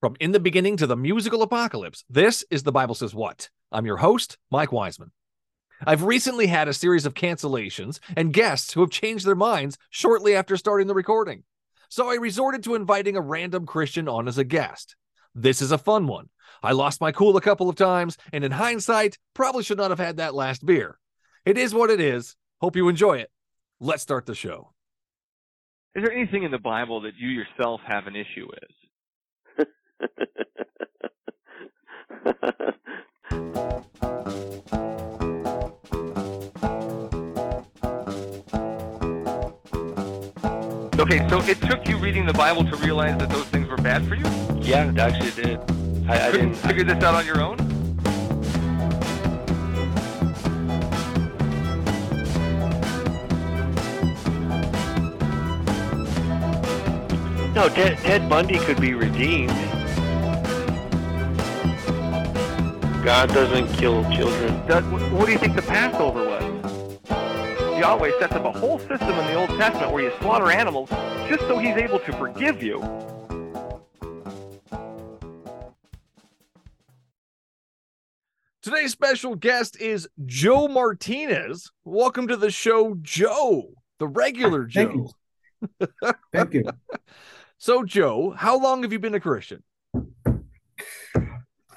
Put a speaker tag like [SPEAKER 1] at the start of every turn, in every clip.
[SPEAKER 1] From in the beginning to the musical apocalypse, this is The Bible Says What. I'm your host, Mike Wiseman. I've recently had a series of cancellations and guests who have changed their minds shortly after starting the recording. So I resorted to inviting a random Christian on as a guest. This is a fun one. I lost my cool a couple of times, and in hindsight, probably should not have had that last beer. It is what it is. Hope you enjoy it. Let's start the show.
[SPEAKER 2] Is there anything in the Bible that you yourself have an issue with? Okay, so it took you reading the Bible to realize that those things were bad for you?
[SPEAKER 3] Yeah, it actually did. I, I
[SPEAKER 2] Couldn't
[SPEAKER 3] didn't.
[SPEAKER 2] figure this out on your own?
[SPEAKER 3] No, Ted, Ted Bundy could be redeemed. God doesn't kill children.
[SPEAKER 2] Does, wh- what do you think the Passover was? Yahweh sets up a whole system in the Old Testament where you slaughter animals just so he's able to forgive you.
[SPEAKER 1] Today's special guest is Joe Martinez. Welcome to the show, Joe, the regular
[SPEAKER 4] Thank you.
[SPEAKER 1] Joe.
[SPEAKER 4] Thank you.
[SPEAKER 1] So, Joe, how long have you been a Christian?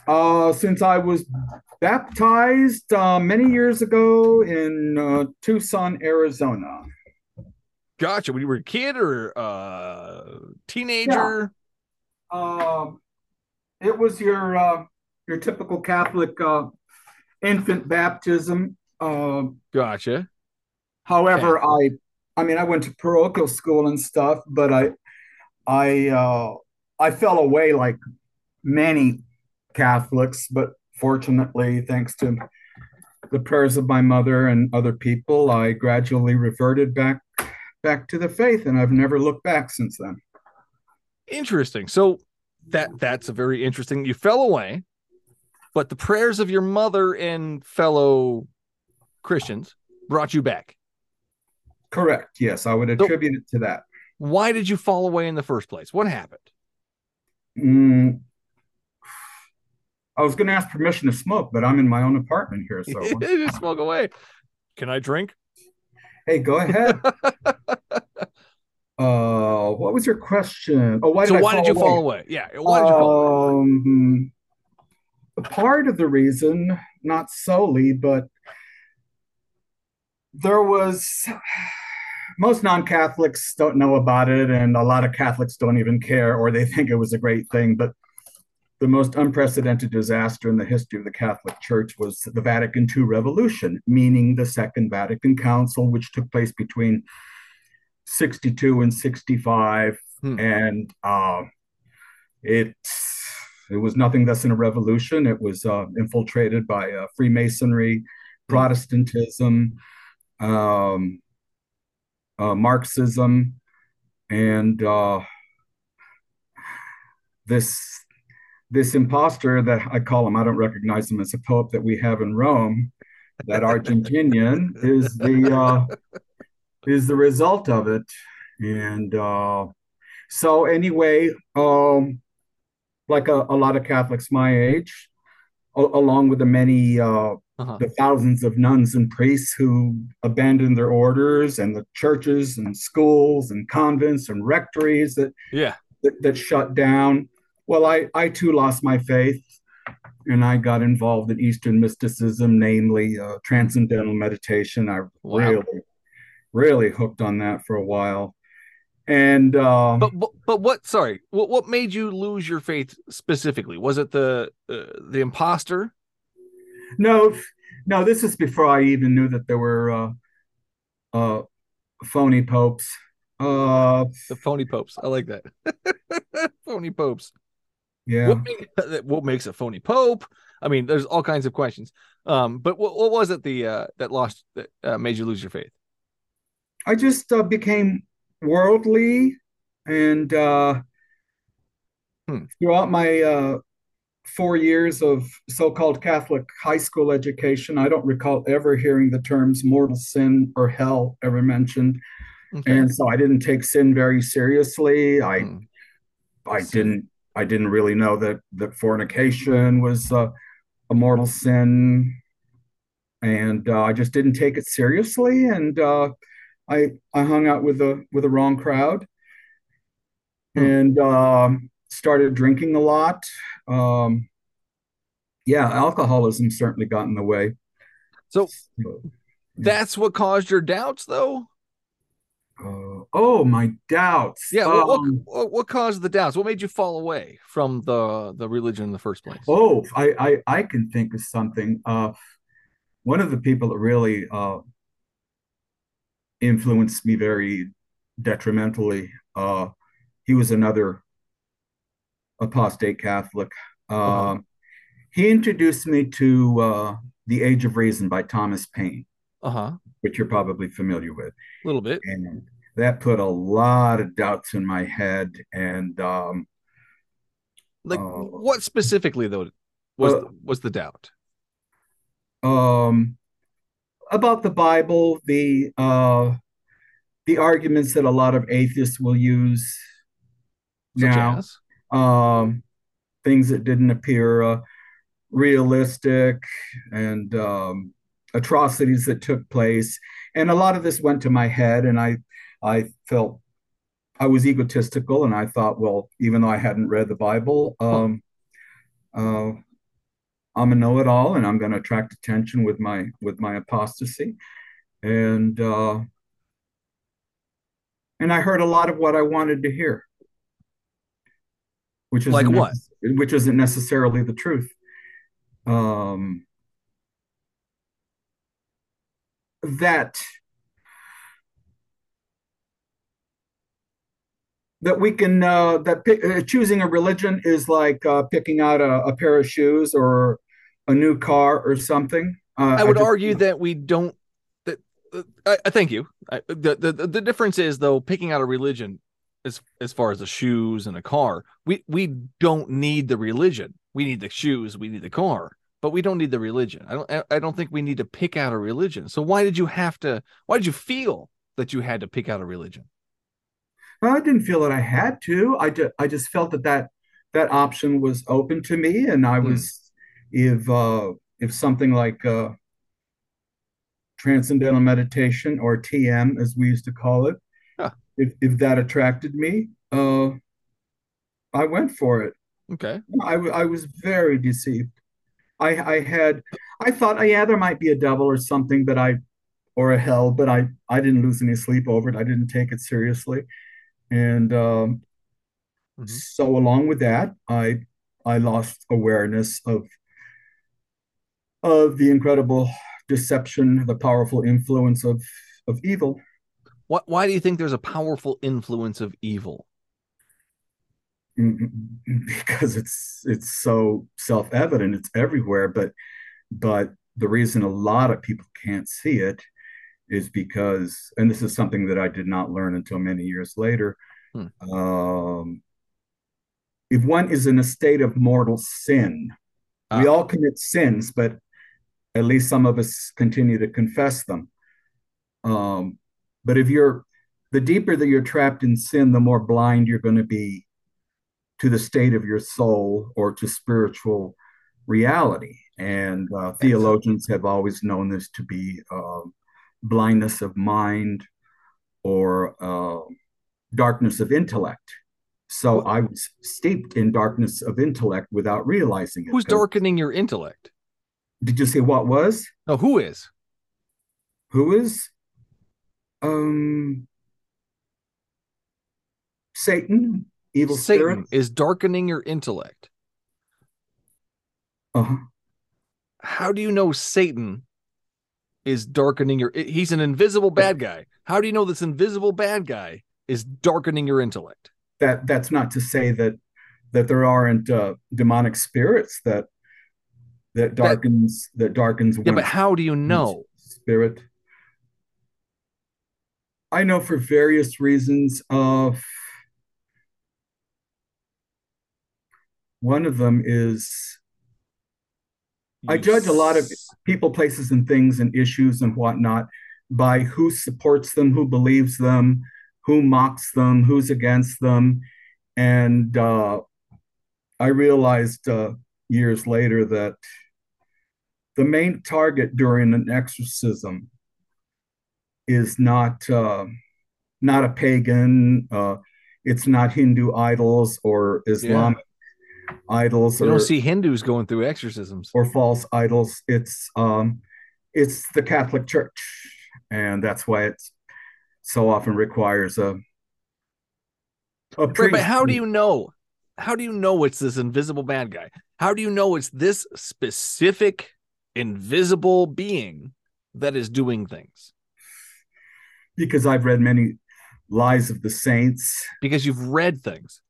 [SPEAKER 4] Uh, since I was baptized uh, many years ago in uh, Tucson, Arizona.
[SPEAKER 1] Gotcha. When you were a kid or uh teenager?
[SPEAKER 4] Um it was your uh, your typical Catholic uh, infant baptism. Uh,
[SPEAKER 1] Gotcha.
[SPEAKER 4] however, I I mean I went to parochial school and stuff, but I I uh, I fell away like many Catholics, but fortunately, thanks to the prayers of my mother and other people, I gradually reverted back back to the faith, and I've never looked back since then.
[SPEAKER 1] Interesting. So that that's a very interesting. You fell away, but the prayers of your mother and fellow Christians brought you back.
[SPEAKER 4] Correct. Yes, I would attribute it to that.
[SPEAKER 1] Why did you fall away in the first place? What happened?
[SPEAKER 4] Mm. I was going to ask permission to smoke, but I'm in my own apartment here, so
[SPEAKER 1] You smoke away. Can I drink?
[SPEAKER 4] hey, go ahead. Uh, what was your question? Oh, why
[SPEAKER 1] so
[SPEAKER 4] did I
[SPEAKER 1] why
[SPEAKER 4] fall
[SPEAKER 1] did you
[SPEAKER 4] away?
[SPEAKER 1] fall away? Yeah. Why did you fall away?
[SPEAKER 4] Um, part of the reason, not solely, but there was most non-Catholics don't know about it, and a lot of Catholics don't even care, or they think it was a great thing. But the most unprecedented disaster in the history of the Catholic Church was the Vatican II Revolution, meaning the Second Vatican Council, which took place between 62 and 65,
[SPEAKER 1] Hmm.
[SPEAKER 4] and uh, it it was nothing less than a revolution. It was uh, infiltrated by uh, Freemasonry, Protestantism, um, uh, Marxism, and uh, this this imposter that I call him. I don't recognize him as a pope that we have in Rome. That Argentinian is the uh, is the result of it, and uh, so anyway. Um, like a, a lot of Catholics my age, a- along with the many, uh,
[SPEAKER 1] Uh-huh.
[SPEAKER 4] the thousands of nuns and priests who abandoned their orders and the churches and schools and convents and rectories that,
[SPEAKER 1] Yeah.
[SPEAKER 4] that, that shut down. Well, I, I too lost my faith and I got involved in Eastern mysticism, namely uh, transcendental meditation. I
[SPEAKER 1] Wow.
[SPEAKER 4] really, really hooked on that for a while. And uh,
[SPEAKER 1] But, but but what? Sorry. What what made you lose your faith specifically? Was it the uh, the imposter?
[SPEAKER 4] No, f- no, this is before I even knew that there were uh, uh, phony popes. Uh,
[SPEAKER 1] The phony popes. I like that. phony popes.
[SPEAKER 4] yeah.
[SPEAKER 1] What, make- what makes a phony pope? I mean, there's all kinds of questions. Um, but what, what was it the uh, that lost that uh, made you lose your faith?
[SPEAKER 4] I just uh, became worldly, and uh,
[SPEAKER 1] Hmm.
[SPEAKER 4] throughout my uh, four years of so-called Catholic high school education, I don't recall ever hearing the terms mortal sin or hell ever mentioned.
[SPEAKER 1] Okay.
[SPEAKER 4] Mm. And so I didn't take sin very seriously. I
[SPEAKER 1] Hmm.
[SPEAKER 4] I
[SPEAKER 1] Sin.
[SPEAKER 4] didn't I didn't really know that that fornication was uh, a mortal sin, and uh, I just didn't take it seriously, and uh, I I hung out with the with the wrong crowd,
[SPEAKER 1] Hmm.
[SPEAKER 4] and um, started drinking a lot. Um, yeah, alcoholism certainly got in the way.
[SPEAKER 1] So
[SPEAKER 4] So,
[SPEAKER 1] that's what caused your doubts, though.
[SPEAKER 4] uh, oh, my doubts.
[SPEAKER 1] Yeah. what-
[SPEAKER 4] Um,
[SPEAKER 1] what, what, what caused the doubts? What made you fall away from the the religion in the first place?
[SPEAKER 4] Oh, I, I, I can think of something. Uh, one of the people that really uh, influenced me very detrimentally, uh, he was another apostate Catholic.
[SPEAKER 1] Uh-huh.
[SPEAKER 4] Um, he introduced me to uh, The Age of Reason by Thomas Paine,
[SPEAKER 1] Uh huh. A
[SPEAKER 4] which you're probably familiar with.
[SPEAKER 1] little bit.
[SPEAKER 4] And that put a lot of doubts in my head. And um,
[SPEAKER 1] Like,
[SPEAKER 4] Uh,
[SPEAKER 1] what specifically though was
[SPEAKER 4] well-
[SPEAKER 1] was the doubt?
[SPEAKER 4] um, about the Bible, the uh, the arguments that a lot of atheists will use
[SPEAKER 1] Such
[SPEAKER 4] now,
[SPEAKER 1] as
[SPEAKER 4] um, things that didn't appear uh, realistic, and um, atrocities that took place, and a lot of this went to my head, and I I felt I was egotistical, and I thought, well, even though I hadn't read the Bible, um, uh, I'm a know-it-all, and I'm going to attract attention with my with my apostasy, and uh, and I heard a lot of what I wanted to hear, which is
[SPEAKER 1] Like what?
[SPEAKER 4] which isn't necessarily the truth. Um, that that we can uh, that pick, uh, choosing a religion is like uh, picking out a, a pair of shoes or a new car or something. Uh,
[SPEAKER 1] I would
[SPEAKER 4] just-
[SPEAKER 1] argue that we don't. That uh, I, I thank you. I, the, the the the difference is though picking out a religion as as far as the shoes and a car. We we don't need the religion. We need the shoes. We need the car. But we don't need the religion. I don't. I- I don't think we need to pick out a religion. So why did you have to? Why did you feel that you had to pick out a religion?
[SPEAKER 4] I didn't feel that I had to. I just I just felt that that that option was open to me, and I
[SPEAKER 1] Hmm.
[SPEAKER 4] was if uh, if something like uh, transcendental meditation or TM, as we used to call it,
[SPEAKER 1] Huh.
[SPEAKER 4] if if that attracted me, uh, I went for it.
[SPEAKER 1] Okay.
[SPEAKER 4] I, w- I was very deceived. I I had I thought oh, yeah there might be a devil or something, but I or a hell, but I I didn't lose any sleep over it. I didn't take it seriously, and um,
[SPEAKER 1] Mhm.
[SPEAKER 4] so along with that, I I lost awareness of of the incredible deception, the powerful influence of of evil.
[SPEAKER 1] What? Why do you think there's a powerful influence of evil?
[SPEAKER 4] Mm, because it's it's so self-evident it's everywhere but but the reason a lot of people can't see it is because and this is something that I did not learn until many years later
[SPEAKER 1] Hmm.
[SPEAKER 4] um, if one is in a state of mortal sin
[SPEAKER 1] Ah.
[SPEAKER 4] we all commit sins but at least some of us continue to confess them um, but if you're the deeper that you're trapped in sin the more blind you're going to be to the state of your soul or to spiritual reality. And uh, theologians have always known this to be um blindness of mind or uh, darkness of intellect. So
[SPEAKER 1] Wh-
[SPEAKER 4] I was steeped in darkness of intellect without realizing it.
[SPEAKER 1] Who's
[SPEAKER 4] 'Cause-
[SPEAKER 1] darkening your intellect?
[SPEAKER 4] Did you say what was?
[SPEAKER 1] No, who is?
[SPEAKER 4] Who is? Um, Satan, evil
[SPEAKER 1] Satan
[SPEAKER 4] spirit.
[SPEAKER 1] is darkening your intellect.
[SPEAKER 4] Uh-huh.
[SPEAKER 1] how do you know Satan is darkening your he's an invisible bad guy. How do you know this invisible bad guy is darkening your intellect?
[SPEAKER 4] that that's not to say that that there aren't uh, demonic spirits that that darkens that darkens
[SPEAKER 1] Yeah, but
[SPEAKER 4] one's
[SPEAKER 1] how do you know?
[SPEAKER 4] spirit. I know for various reasons. Uh, one of them is I
[SPEAKER 1] You
[SPEAKER 4] judge a lot of-
[SPEAKER 1] s-
[SPEAKER 4] people, places, and things, and issues and whatnot by who supports them, who believes them, who mocks them, who's against them, and uh, I realized uh, years later that the main target during an exorcism is not uh, not a pagan. Uh, it's not Hindu idols or Islamic idols
[SPEAKER 1] You don't
[SPEAKER 4] or,
[SPEAKER 1] see Hindus going through exorcisms.
[SPEAKER 4] or false idols. It's um, it's the Catholic Church, and that's why it's so often requires a. a
[SPEAKER 1] Right, but
[SPEAKER 4] priest.
[SPEAKER 1] how do you know? How do you know it's this invisible bad guy? How do you know it's this specific invisible being that is doing things?
[SPEAKER 4] Because I've read many lies of the saints. Uh,
[SPEAKER 1] Because you've read things.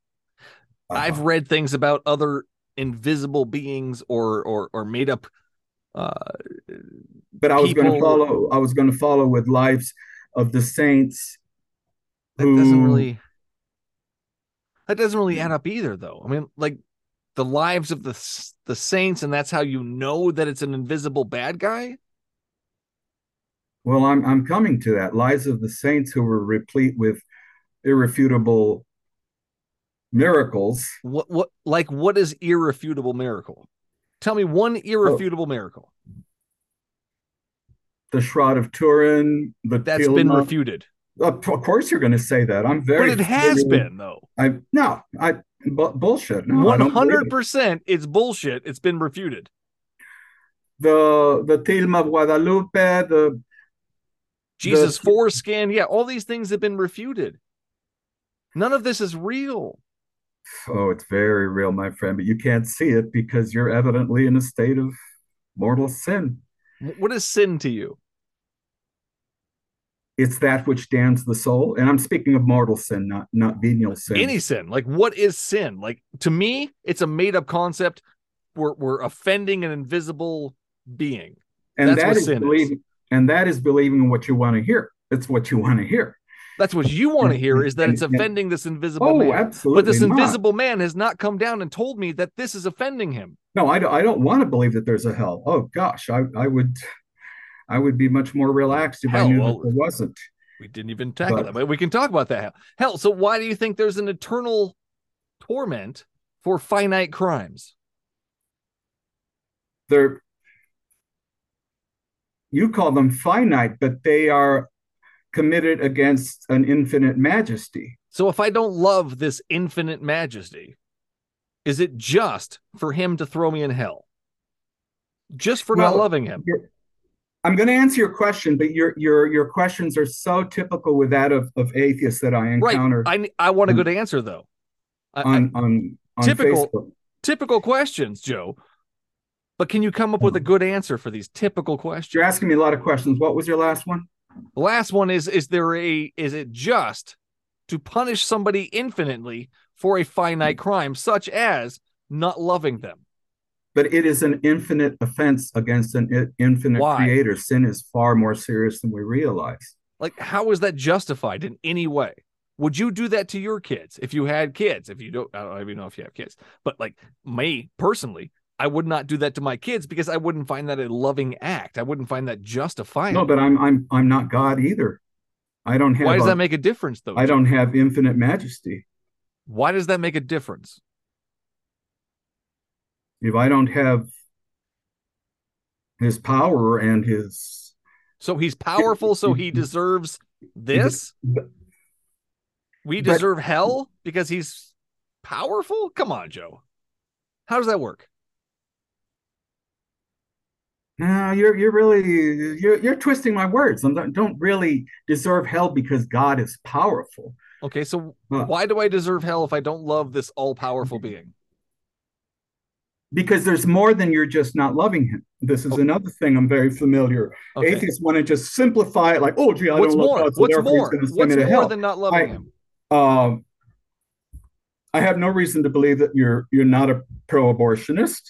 [SPEAKER 4] Uh-huh.
[SPEAKER 1] I've read things about other invisible beings or or or made up uh
[SPEAKER 4] but I was going to
[SPEAKER 1] people-
[SPEAKER 4] follow. I was going to follow with lives of the saints.
[SPEAKER 1] that doesn't
[SPEAKER 4] who-
[SPEAKER 1] really that doesn't really add up either though i mean like the lives of the s- the saints and that's how you know that it's an invisible bad guy
[SPEAKER 4] Well, I'm I'm coming to that. Lives of the saints who were replete with irrefutable miracles.
[SPEAKER 1] what what like what is irrefutable miracle tell me one irrefutable miracle
[SPEAKER 4] The Shroud of Turin. The
[SPEAKER 1] that's been
[SPEAKER 4] Tilma.
[SPEAKER 1] refuted
[SPEAKER 4] Of of course, you're going to say that. I'm
[SPEAKER 1] but
[SPEAKER 4] very.
[SPEAKER 1] it has
[SPEAKER 4] familiar-
[SPEAKER 1] been though
[SPEAKER 4] I no. I bu- bullshit. No, I don't believe it.
[SPEAKER 1] 100% it's bullshit it's been refuted
[SPEAKER 4] The the Tilma of Guadalupe. The
[SPEAKER 1] jesus
[SPEAKER 4] The-
[SPEAKER 1] foreskin yeah all these things have been refuted none of this is real
[SPEAKER 4] oh, it's very real, my friend. But you can't see it because you're evidently in a state of mortal sin.
[SPEAKER 1] what is sin to you
[SPEAKER 4] it's that which damns the soul and i'm speaking of mortal sin not not venial sin
[SPEAKER 1] any sin like what is sin like to me it's a made-up concept we're, we're offending an invisible being
[SPEAKER 4] and
[SPEAKER 1] that's
[SPEAKER 4] that
[SPEAKER 1] what
[SPEAKER 4] is
[SPEAKER 1] sin is.
[SPEAKER 4] believing and that is believing in what you want to hear it's what you want to hear
[SPEAKER 1] that's what you want to
[SPEAKER 4] Mm,
[SPEAKER 1] hear is that it's
[SPEAKER 4] And- and-
[SPEAKER 1] offending this invisible
[SPEAKER 4] oh
[SPEAKER 1] man
[SPEAKER 4] absolutely
[SPEAKER 1] but this
[SPEAKER 4] not.
[SPEAKER 1] invisible man has not come down and told me that this is offending him
[SPEAKER 4] no I don't, I don't want to believe that there's a hell oh gosh i i would i would be much more relaxed if i
[SPEAKER 1] Hell,
[SPEAKER 4] knew
[SPEAKER 1] well-
[SPEAKER 4] that there wasn't
[SPEAKER 1] we didn't even tackle
[SPEAKER 4] But-
[SPEAKER 1] that but we can talk about that hell so why do you think there's an eternal torment for finite crimes
[SPEAKER 4] they're you call them finite but they are committed against an infinite majesty
[SPEAKER 1] so if i don't love this infinite majesty is it just for him to throw me in hell just for not
[SPEAKER 4] Well,
[SPEAKER 1] loving him
[SPEAKER 4] I'm going to answer your question, but your your your questions are so typical with that of, of atheists that I
[SPEAKER 1] Right.
[SPEAKER 4] encounter
[SPEAKER 1] I ne- I want a
[SPEAKER 4] on-
[SPEAKER 1] good answer though. I, I-
[SPEAKER 4] on on on
[SPEAKER 1] Typical-
[SPEAKER 4] Facebook.
[SPEAKER 1] typical questions, Joe. But can you come up with a good answer for these typical questions?
[SPEAKER 4] You're asking me a lot of questions. What was your last one?
[SPEAKER 1] The last one is: Is there a? Is it just to punish somebody infinitely for a finite crime, such as not loving them?
[SPEAKER 4] But it is an infinite offense against an i- infinite
[SPEAKER 1] Why?
[SPEAKER 4] creator. Sin is far more serious than we realize.
[SPEAKER 1] Like, how is that justified in any way? Would you do that to your kids if you had kids? If you don't, I don't even know if you have kids, but like me personally, I would not do that to my kids because I wouldn't find that a loving act. I wouldn't find that justifying.
[SPEAKER 4] No, but I'm I'm I'm not God either. I don't have
[SPEAKER 1] Why does
[SPEAKER 4] a-
[SPEAKER 1] that make a difference, though?
[SPEAKER 4] I don't have infinite majesty.
[SPEAKER 1] Why does that make a difference?
[SPEAKER 4] If I don't have his power and his
[SPEAKER 1] So he's powerful, so he deserves this. We
[SPEAKER 4] But-
[SPEAKER 1] deserve hell because he's powerful. Come on, Joe. How does that work?
[SPEAKER 4] No, you're you're really you're you're twisting my words. I don't, don't really deserve hell because God is powerful.
[SPEAKER 1] Okay, so
[SPEAKER 4] Huh.
[SPEAKER 1] why do I deserve hell if I don't love this all-powerful being?
[SPEAKER 4] Because there's more than you're just not loving him. This is
[SPEAKER 1] Okay.
[SPEAKER 4] another thing I'm very familiar.
[SPEAKER 1] Okay.
[SPEAKER 4] Atheists want to just simplify it, like, oh, gee, I
[SPEAKER 1] What's
[SPEAKER 4] don't love
[SPEAKER 1] more?
[SPEAKER 4] God, so
[SPEAKER 1] What's
[SPEAKER 4] therefore he's
[SPEAKER 1] more?
[SPEAKER 4] going to send
[SPEAKER 1] What's
[SPEAKER 4] me to
[SPEAKER 1] more
[SPEAKER 4] hell.
[SPEAKER 1] than not loving
[SPEAKER 4] I-
[SPEAKER 1] him?
[SPEAKER 4] Um, I have no reason to believe that you're you're not a pro-abortionist.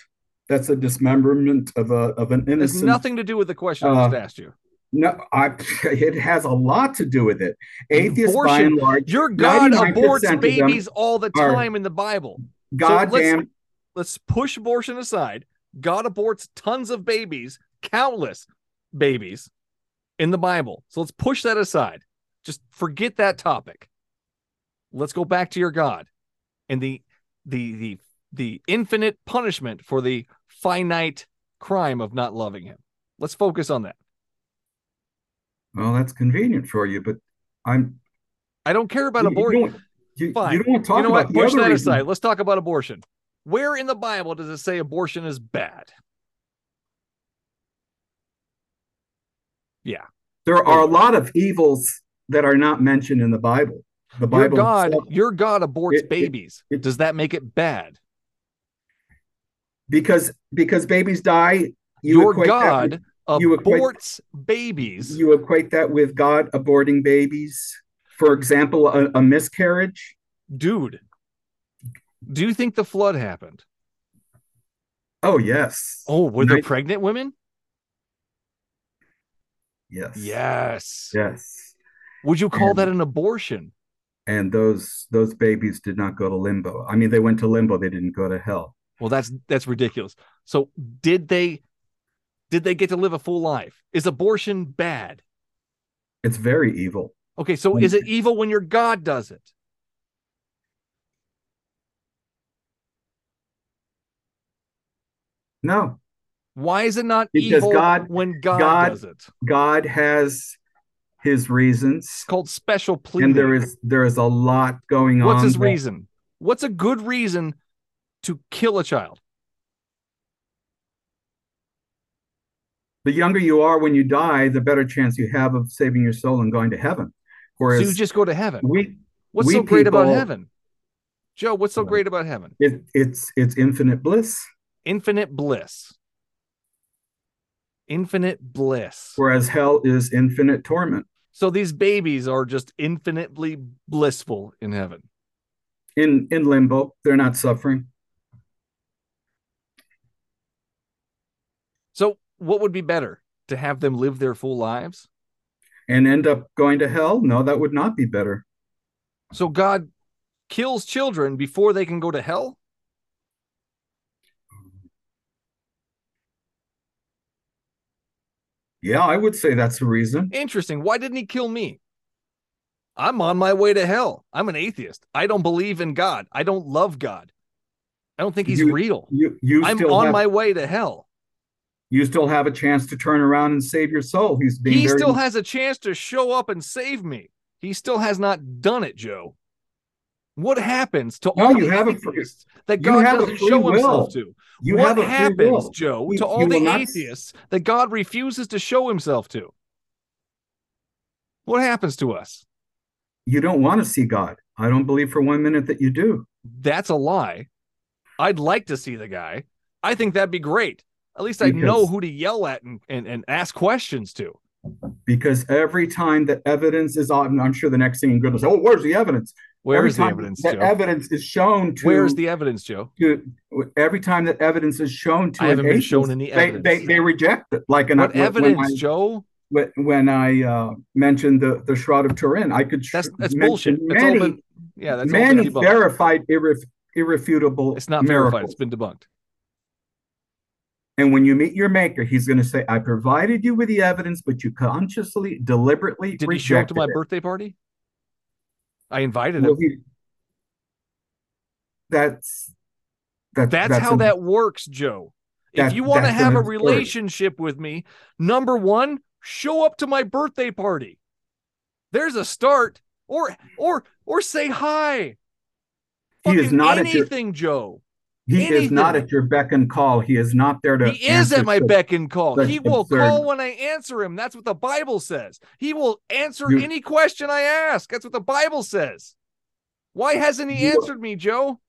[SPEAKER 4] That's a dismemberment of a of an
[SPEAKER 1] It has
[SPEAKER 4] innocent.
[SPEAKER 1] nothing to do with the question I
[SPEAKER 4] uh,
[SPEAKER 1] just asked you.
[SPEAKER 4] No, I, it has a lot to do with it. Atheists, by
[SPEAKER 1] Abortion-
[SPEAKER 4] and large,
[SPEAKER 1] Your God
[SPEAKER 4] 99% of
[SPEAKER 1] aborts
[SPEAKER 4] them
[SPEAKER 1] babies all the
[SPEAKER 4] are-
[SPEAKER 1] time in the Bible.
[SPEAKER 4] God
[SPEAKER 1] let's-
[SPEAKER 4] damn
[SPEAKER 1] let's push abortion aside. God aborts tons of babies, countless babies in the Bible. So let's push that aside. Just forget that topic. Let's go back to your God and the the the the infinite punishment for the finite crime of not loving him. Let's focus on that.
[SPEAKER 4] Well, that's convenient for you, but I'm
[SPEAKER 1] I don't care about
[SPEAKER 4] you- You
[SPEAKER 1] abortion.
[SPEAKER 4] don't, you,
[SPEAKER 1] Fine.
[SPEAKER 4] you don't want to talk
[SPEAKER 1] you know
[SPEAKER 4] about
[SPEAKER 1] what?
[SPEAKER 4] the
[SPEAKER 1] Push
[SPEAKER 4] other
[SPEAKER 1] that
[SPEAKER 4] reason.
[SPEAKER 1] aside. Let's talk about abortion. Where in the Bible does it say abortion is bad?
[SPEAKER 4] There are a lot of evils that are not mentioned in the Bible. The
[SPEAKER 1] Your
[SPEAKER 4] Bible
[SPEAKER 1] God,
[SPEAKER 4] itself-
[SPEAKER 1] your God aborts
[SPEAKER 4] It- it-
[SPEAKER 1] babies.
[SPEAKER 4] it-
[SPEAKER 1] does that make it bad?
[SPEAKER 4] because because babies die. You
[SPEAKER 1] your
[SPEAKER 4] equate
[SPEAKER 1] God
[SPEAKER 4] That you equate-
[SPEAKER 1] aborts babies.
[SPEAKER 4] with, you equate that with God aborting babies. For example, a, a miscarriage.
[SPEAKER 1] Dude, do you think the flood happened?
[SPEAKER 4] Oh yes.
[SPEAKER 1] Oh, were there
[SPEAKER 4] Right.
[SPEAKER 1] pregnant women?
[SPEAKER 4] Yes.
[SPEAKER 1] Yes.
[SPEAKER 4] Yes.
[SPEAKER 1] Would you call
[SPEAKER 4] And-
[SPEAKER 1] that an abortion?
[SPEAKER 4] And those those babies did not go to limbo. I mean, they went to limbo. They didn't go to hell.
[SPEAKER 1] Well, that's that's ridiculous. So, did they did they get to live a full life? Is abortion bad?
[SPEAKER 4] It's very evil.
[SPEAKER 1] Okay, so is
[SPEAKER 4] Mm.
[SPEAKER 1] it evil when your God does it?
[SPEAKER 4] No,
[SPEAKER 1] Why is it not
[SPEAKER 4] Because
[SPEAKER 1] evil
[SPEAKER 4] God-
[SPEAKER 1] when God,
[SPEAKER 4] God-
[SPEAKER 1] does it?
[SPEAKER 4] God has His reasons,
[SPEAKER 1] It's called special plea.
[SPEAKER 4] and there is there is a lot going
[SPEAKER 1] What's
[SPEAKER 4] on.
[SPEAKER 1] his
[SPEAKER 4] that-
[SPEAKER 1] reason? What's a good reason to kill a child?
[SPEAKER 4] The younger you are when you die, the better chance you have of saving your soul and going to heaven.
[SPEAKER 1] So
[SPEAKER 4] Whereas
[SPEAKER 1] you just go to heaven.
[SPEAKER 4] we,
[SPEAKER 1] What's
[SPEAKER 4] we
[SPEAKER 1] so great about
[SPEAKER 4] people-
[SPEAKER 1] heaven? Joe, what's so
[SPEAKER 4] Well-
[SPEAKER 1] great about heaven?
[SPEAKER 4] it, it's it's infinite bliss.
[SPEAKER 1] Infinite bliss. Infinite bliss.
[SPEAKER 4] Whereas hell is infinite torment,
[SPEAKER 1] So these babies are just infinitely blissful in heaven.
[SPEAKER 4] in in limbo, they're not suffering.
[SPEAKER 1] So what would be better? To have them live their full lives?
[SPEAKER 4] And end up going to hell? No, that would not be better.
[SPEAKER 1] So God kills children before they can go to hell?
[SPEAKER 4] Yeah, I would say that's the reason.
[SPEAKER 1] Interesting. Why didn't he kill me? I'm on my way to hell. I'm an atheist. I don't believe in God. I don't love God. I don't think he's
[SPEAKER 4] You-
[SPEAKER 1] real.
[SPEAKER 4] You you
[SPEAKER 1] I'm
[SPEAKER 4] still
[SPEAKER 1] on
[SPEAKER 4] have
[SPEAKER 1] my way to hell.
[SPEAKER 4] you still have a chance to turn around and save your soul. He's being
[SPEAKER 1] He
[SPEAKER 4] very
[SPEAKER 1] still has a chance to show up and save me. He still has not done it, Joe. What happens to
[SPEAKER 4] No,
[SPEAKER 1] all
[SPEAKER 4] you
[SPEAKER 1] the
[SPEAKER 4] have a free-
[SPEAKER 1] atheists that
[SPEAKER 4] you
[SPEAKER 1] God
[SPEAKER 4] have a
[SPEAKER 1] doesn't
[SPEAKER 4] free
[SPEAKER 1] show himself
[SPEAKER 4] will.
[SPEAKER 1] to?
[SPEAKER 4] you
[SPEAKER 1] what
[SPEAKER 4] have a free
[SPEAKER 1] happens,
[SPEAKER 4] will.
[SPEAKER 1] Joe,
[SPEAKER 4] You-
[SPEAKER 1] to all
[SPEAKER 4] you
[SPEAKER 1] the
[SPEAKER 4] will not-
[SPEAKER 1] atheists that God refuses to show himself to? What happens to us?
[SPEAKER 4] You don't want to see God. I don't believe for one minute that you do.
[SPEAKER 1] That's a lie. I'd like to see the guy. I think that'd be great. At least I know
[SPEAKER 4] Because-
[SPEAKER 1] who to yell at and, and, and ask questions to.
[SPEAKER 4] Because every time that evidence is on, I'm sure the next thing you're going to say, oh, where's the evidence?
[SPEAKER 1] Where
[SPEAKER 4] every
[SPEAKER 1] is the
[SPEAKER 4] time
[SPEAKER 1] evidence,
[SPEAKER 4] that
[SPEAKER 1] Joe?
[SPEAKER 4] evidence is shown to,
[SPEAKER 1] Where's the evidence, Joe?
[SPEAKER 4] to every time that evidence is shown to
[SPEAKER 1] I
[SPEAKER 4] an
[SPEAKER 1] haven't been
[SPEAKER 4] atheist,
[SPEAKER 1] shown any
[SPEAKER 4] they,
[SPEAKER 1] evidence.
[SPEAKER 4] they, they reject it. Like an,
[SPEAKER 1] what
[SPEAKER 4] when-
[SPEAKER 1] evidence,
[SPEAKER 4] when I,
[SPEAKER 1] Joe?
[SPEAKER 4] when- when I uh, mentioned the, the Shroud of Turin, I could sh-
[SPEAKER 1] That's that's
[SPEAKER 4] mention
[SPEAKER 1] bullshit. That's all
[SPEAKER 4] many,
[SPEAKER 1] been yeah, that's all
[SPEAKER 4] many
[SPEAKER 1] been debunked.
[SPEAKER 4] verified, irref- irrefutable
[SPEAKER 1] It's not verified.
[SPEAKER 4] miracles.
[SPEAKER 1] It's been debunked.
[SPEAKER 4] And when you meet your maker, he's going to say, I provided you with the evidence, but you consciously, deliberately
[SPEAKER 1] Did he show up to
[SPEAKER 4] rejected
[SPEAKER 1] my
[SPEAKER 4] it.
[SPEAKER 1] birthday party? I invited
[SPEAKER 4] Well,
[SPEAKER 1] him.
[SPEAKER 4] he- that's, that,
[SPEAKER 1] That's, how
[SPEAKER 4] an-
[SPEAKER 1] that works, Joe. If
[SPEAKER 4] That-
[SPEAKER 1] you want to
[SPEAKER 4] that's
[SPEAKER 1] have a
[SPEAKER 4] another story.
[SPEAKER 1] relationship with me, number one, show up to my birthday party. There's a start, or or or say hi.
[SPEAKER 4] He is
[SPEAKER 1] Fucking
[SPEAKER 4] not at your-
[SPEAKER 1] anything, Joe.
[SPEAKER 4] He is not
[SPEAKER 1] anything.
[SPEAKER 4] at your beck and call. He is not there to.
[SPEAKER 1] He is at
[SPEAKER 4] answer
[SPEAKER 1] my
[SPEAKER 4] to-
[SPEAKER 1] beck and call.
[SPEAKER 4] that's
[SPEAKER 1] He will
[SPEAKER 4] absurd.
[SPEAKER 1] call when I answer him. That's what the Bible says. He will answer
[SPEAKER 4] You-
[SPEAKER 1] any question I ask. That's what the Bible says. Why hasn't he
[SPEAKER 4] You are-
[SPEAKER 1] answered me, Joe?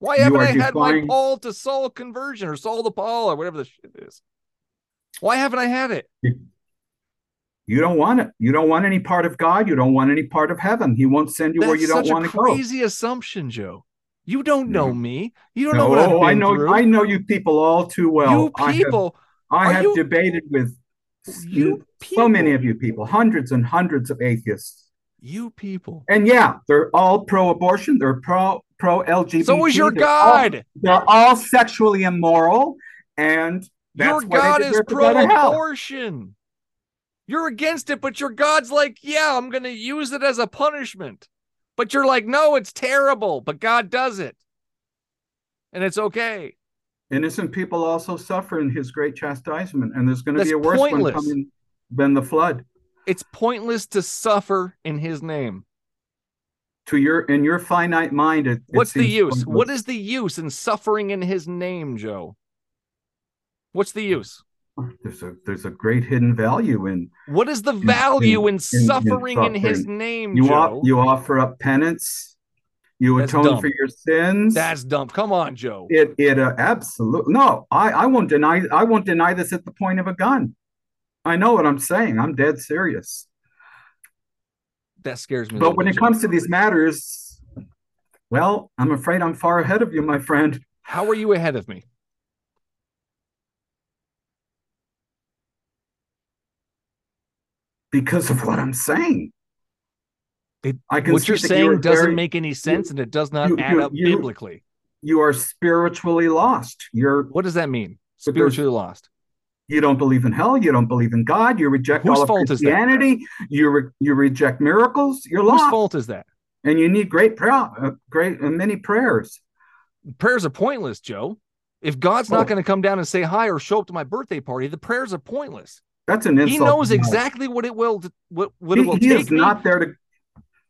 [SPEAKER 1] Why
[SPEAKER 4] You
[SPEAKER 1] haven't
[SPEAKER 4] are
[SPEAKER 1] I had my
[SPEAKER 4] defying-
[SPEAKER 1] Paul to Saul conversion or Saul to Paul or whatever the shit is? Why haven't I had it?
[SPEAKER 4] You don't want it. You don't want any part of God. You don't want any part of heaven. He won't send you
[SPEAKER 1] That's
[SPEAKER 4] where you don't
[SPEAKER 1] such
[SPEAKER 4] want
[SPEAKER 1] a
[SPEAKER 4] to go.
[SPEAKER 1] crazy assumption, Joe. You don't know
[SPEAKER 4] No.
[SPEAKER 1] me. You don't know
[SPEAKER 4] No,
[SPEAKER 1] what I've been
[SPEAKER 4] I know.
[SPEAKER 1] through.
[SPEAKER 4] I know you people all too
[SPEAKER 1] you
[SPEAKER 4] well.
[SPEAKER 1] people,
[SPEAKER 4] I have,
[SPEAKER 1] are
[SPEAKER 4] I have
[SPEAKER 1] you-
[SPEAKER 4] debated with
[SPEAKER 1] you people,
[SPEAKER 4] so many of you people, hundreds and hundreds of atheists.
[SPEAKER 1] you people.
[SPEAKER 4] And yeah, they're all pro-abortion. They're pro pro LGBT.
[SPEAKER 1] So is your
[SPEAKER 4] they're all-
[SPEAKER 1] God.
[SPEAKER 4] they're all sexually immoral, and
[SPEAKER 1] Your
[SPEAKER 4] that's why they
[SPEAKER 1] God is
[SPEAKER 4] deserve to go
[SPEAKER 1] pro
[SPEAKER 4] to hell.
[SPEAKER 1] abortion. You're against it, but your God's like, yeah, I'm going to use it as a punishment. But you're like, no, it's terrible, but God does it. and it's okay.
[SPEAKER 4] Innocent people also suffer in his great chastisement, and there's going to
[SPEAKER 1] That's
[SPEAKER 4] be a worse
[SPEAKER 1] pointless.
[SPEAKER 4] one coming than the flood.
[SPEAKER 1] It's pointless to suffer in his name.
[SPEAKER 4] To your in your finite mind, it, it
[SPEAKER 1] What's the
[SPEAKER 4] seems
[SPEAKER 1] use?
[SPEAKER 4] pointless.
[SPEAKER 1] What is the use in suffering in his name, Joe? What's the use?
[SPEAKER 4] there's a there's a great hidden value in
[SPEAKER 1] What is the value in,
[SPEAKER 4] in- in
[SPEAKER 1] suffering in his
[SPEAKER 4] suffering.
[SPEAKER 1] name,
[SPEAKER 4] you.
[SPEAKER 1] Hmm, Joe?
[SPEAKER 4] Op, you offer up penance. You
[SPEAKER 1] That's
[SPEAKER 4] atone
[SPEAKER 1] dumb.
[SPEAKER 4] for your sins.
[SPEAKER 1] That's dumb. Come on, Joe.
[SPEAKER 4] it. It uh, absolutely no. I I won't deny. I won't deny this at the point of a gun. I know what I'm saying. I'm dead serious.
[SPEAKER 1] that scares me. a
[SPEAKER 4] But
[SPEAKER 1] little
[SPEAKER 4] when
[SPEAKER 1] bit,
[SPEAKER 4] it
[SPEAKER 1] Hmm, Joe.
[SPEAKER 4] comes to these matters, well, I'm afraid I'm far ahead of you, my friend.
[SPEAKER 1] how are you ahead of me?
[SPEAKER 4] because of what I'm saying.
[SPEAKER 1] It-
[SPEAKER 4] I can
[SPEAKER 1] What
[SPEAKER 4] see
[SPEAKER 1] you're
[SPEAKER 4] that you
[SPEAKER 1] saying
[SPEAKER 4] are
[SPEAKER 1] doesn't
[SPEAKER 4] very-
[SPEAKER 1] make any sense, and it does not
[SPEAKER 4] you-
[SPEAKER 1] add
[SPEAKER 4] you-
[SPEAKER 1] up
[SPEAKER 4] you-
[SPEAKER 1] biblically.
[SPEAKER 4] You are spiritually lost. You're
[SPEAKER 1] What does that mean?
[SPEAKER 4] But there's-
[SPEAKER 1] Spiritually lost.
[SPEAKER 4] you don't believe in hell. You don't believe in God. You reject
[SPEAKER 1] Whose
[SPEAKER 4] all of
[SPEAKER 1] fault is that?
[SPEAKER 4] Christianity. You re- you reject miracles. You're
[SPEAKER 1] Whose
[SPEAKER 4] lost,
[SPEAKER 1] fault is that?
[SPEAKER 4] and you need great prayer, uh, great and many prayers.
[SPEAKER 1] Prayers are pointless, Joe. If God's
[SPEAKER 4] Oh.
[SPEAKER 1] not going to come down and say hi or show up to my birthday party, the prayers are pointless.
[SPEAKER 4] That's an insult.
[SPEAKER 1] he knows
[SPEAKER 4] to God.
[SPEAKER 1] exactly what it will what what
[SPEAKER 4] He,
[SPEAKER 1] it will
[SPEAKER 4] he
[SPEAKER 1] take
[SPEAKER 4] is
[SPEAKER 1] me.
[SPEAKER 4] not there to.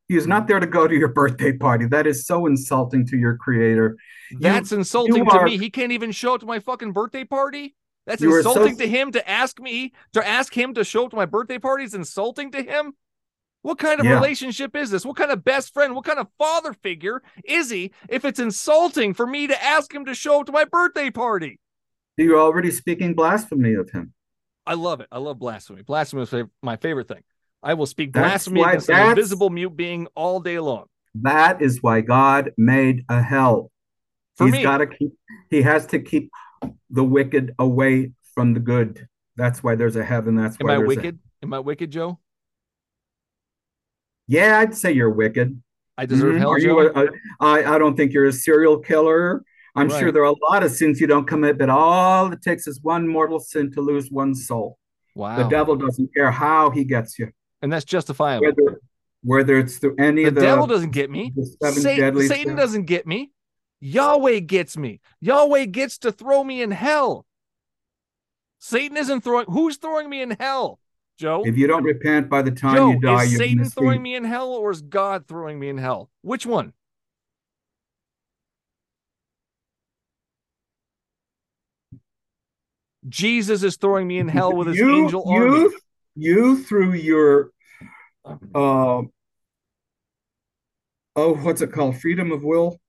[SPEAKER 4] He is not there to go to your birthday party. That is so insulting to your Creator.
[SPEAKER 1] That's insulting
[SPEAKER 4] you
[SPEAKER 1] to
[SPEAKER 4] are-
[SPEAKER 1] me. He can't even show up to my fucking birthday party. That's
[SPEAKER 4] You are so-
[SPEAKER 1] insulting to him to ask me to ask him to show up to my birthday party is insulting to him. What kind of
[SPEAKER 4] Yeah.
[SPEAKER 1] relationship is this? What kind of best friend? What kind of father figure is he if it's insulting for me to ask him to show up to my birthday party?
[SPEAKER 4] You're already speaking blasphemy of Him.
[SPEAKER 1] I love it. I love blasphemy. Blasphemy is fav- my favorite thing. I will speak
[SPEAKER 4] That's
[SPEAKER 1] blasphemy
[SPEAKER 4] why
[SPEAKER 1] against an
[SPEAKER 4] that's-
[SPEAKER 1] invisible mute being all day long.
[SPEAKER 4] That is why God made a hell.
[SPEAKER 1] For
[SPEAKER 4] He's
[SPEAKER 1] me,
[SPEAKER 4] got to keep. He has to keep the wicked away from the good. That's why there's a heaven. That's
[SPEAKER 1] am
[SPEAKER 4] why
[SPEAKER 1] I
[SPEAKER 4] there's a-
[SPEAKER 1] wicked? Am I wicked, Joe?
[SPEAKER 4] yeah, I'd say you're wicked.
[SPEAKER 1] I deserve
[SPEAKER 4] Mhm.
[SPEAKER 1] hell,
[SPEAKER 4] Are
[SPEAKER 1] Joe.
[SPEAKER 4] you a, a, I, I don't think you're a serial killer. I'm sure
[SPEAKER 1] Right.
[SPEAKER 4] there are a lot of sins you don't commit, but all it takes is one mortal sin to lose one soul. The
[SPEAKER 1] wow.
[SPEAKER 4] devil doesn't care how he gets you,
[SPEAKER 1] and that's justifiable.
[SPEAKER 4] whether whether it's through any
[SPEAKER 1] the
[SPEAKER 4] of the,
[SPEAKER 1] devil doesn't get me.
[SPEAKER 4] the seven
[SPEAKER 1] Sa-
[SPEAKER 4] deadly
[SPEAKER 1] Satan
[SPEAKER 4] sins.
[SPEAKER 1] doesn't get me. Yahweh gets me. Yahweh gets to throw me in hell. Satan isn't throwing. Who's throwing me in hell, Joe?
[SPEAKER 4] If you don't repent by the time
[SPEAKER 1] Joe,
[SPEAKER 4] you die,
[SPEAKER 1] is
[SPEAKER 4] you're
[SPEAKER 1] Satan
[SPEAKER 4] gonna
[SPEAKER 1] throwing
[SPEAKER 4] see-
[SPEAKER 1] me in hell, or is God throwing me in hell? Which one? Jesus is throwing me in hell with his
[SPEAKER 4] you,
[SPEAKER 1] angel
[SPEAKER 4] you,
[SPEAKER 1] army.
[SPEAKER 4] You through your uh, oh, what's it called? Freedom of will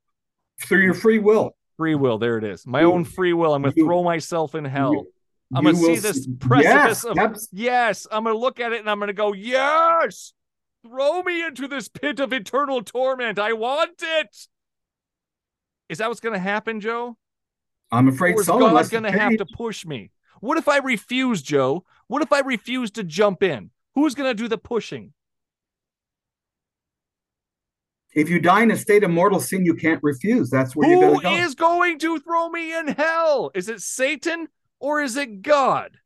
[SPEAKER 4] through your free will.
[SPEAKER 1] Free will. There it is. My
[SPEAKER 4] You-
[SPEAKER 1] own free will. I'm going to
[SPEAKER 4] you-
[SPEAKER 1] throw myself in hell.
[SPEAKER 4] You-
[SPEAKER 1] I'm gonna
[SPEAKER 4] you will
[SPEAKER 1] see this
[SPEAKER 4] see-
[SPEAKER 1] precipice
[SPEAKER 4] Yes,
[SPEAKER 1] of-
[SPEAKER 4] that's-
[SPEAKER 1] Yes, I'm going to look at it and I'm going to go, Yes, throw me into this pit of eternal torment. I want it. Is that what's going to happen, Joe?
[SPEAKER 4] I'm afraid
[SPEAKER 1] or is
[SPEAKER 4] so.
[SPEAKER 1] God
[SPEAKER 4] unless you
[SPEAKER 1] going to have
[SPEAKER 4] change.
[SPEAKER 1] to push me? What if I refuse, Joe? What if I refuse to jump in? Who's going to do the pushing?
[SPEAKER 4] If you die in a state of mortal sin, you can't refuse. That's where you're
[SPEAKER 1] Who
[SPEAKER 4] going to go.
[SPEAKER 1] is going to throw me in hell? Is it Satan or is it God?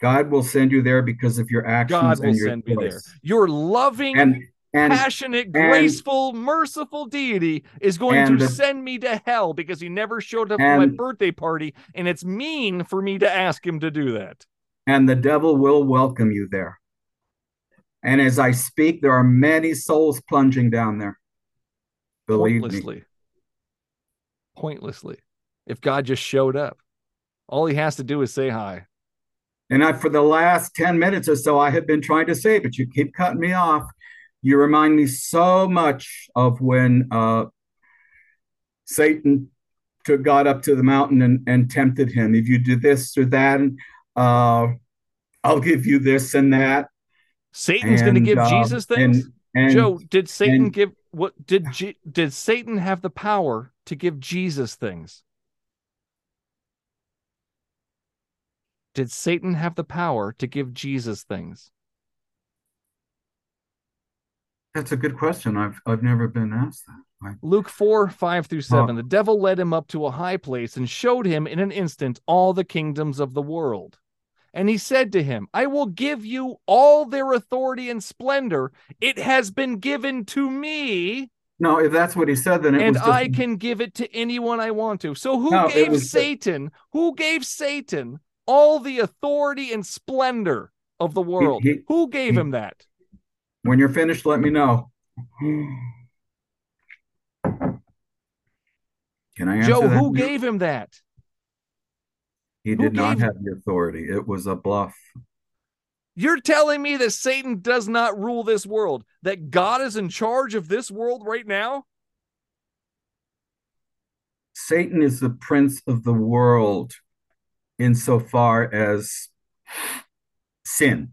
[SPEAKER 4] God will send you there because of your actions
[SPEAKER 1] God will
[SPEAKER 4] and your
[SPEAKER 1] send me there.
[SPEAKER 4] choice.
[SPEAKER 1] Your loving,
[SPEAKER 4] And and
[SPEAKER 1] passionate, graceful, merciful deity is going to
[SPEAKER 4] and the-
[SPEAKER 1] send me to hell because he never showed up for my
[SPEAKER 4] and-
[SPEAKER 1] birthday party, and it's mean for me to ask him to do that.
[SPEAKER 4] and the devil will welcome you there. And as I speak, there are many souls plunging down there. Believe me.
[SPEAKER 1] Pointlessly. Pointlessly. If God just showed up, all he has to do is say hi.
[SPEAKER 4] And I, for the last 10 minutes or so, I have been trying to say, but you keep cutting me off. You remind me so much of when uh, Satan took God up to the mountain and, and tempted him. If you do this or that, uh, I'll give you this and that.
[SPEAKER 1] Satan's going to
[SPEAKER 4] And,
[SPEAKER 1] give
[SPEAKER 4] uh,
[SPEAKER 1] Jesus things.
[SPEAKER 4] And, and
[SPEAKER 1] Joe, did Satan
[SPEAKER 4] and-
[SPEAKER 1] give what did Je- did Satan have the power to give Jesus things? Did Satan have the power to give Jesus things?
[SPEAKER 4] that's a good question. I've, I've never been asked that. I-
[SPEAKER 1] Luke 4, 5 through 7.
[SPEAKER 4] Uh.
[SPEAKER 1] the devil led him up to a high place and showed him in an instant all the kingdoms of the world. And he said to him, I will give you all their authority and splendor. It has been given to me,
[SPEAKER 4] No, if that's what he said, then it
[SPEAKER 1] and
[SPEAKER 4] was just,
[SPEAKER 1] I can give it to anyone I want to. So who
[SPEAKER 4] No, it
[SPEAKER 1] gave
[SPEAKER 4] was just-
[SPEAKER 1] Satan? Who gave Satan all the authority and splendor of the world?
[SPEAKER 4] he-
[SPEAKER 1] who gave
[SPEAKER 4] he-
[SPEAKER 1] him that?
[SPEAKER 4] when you're finished, let me know. Can I answer
[SPEAKER 1] Joe,
[SPEAKER 4] that?
[SPEAKER 1] who gave him that?
[SPEAKER 4] He
[SPEAKER 1] who
[SPEAKER 4] did not
[SPEAKER 1] gave-
[SPEAKER 4] have the authority. It was a bluff.
[SPEAKER 1] You're telling me that Satan does not rule this world, that God is in charge of this world right now?
[SPEAKER 4] Satan is the prince of the world insofar as sin.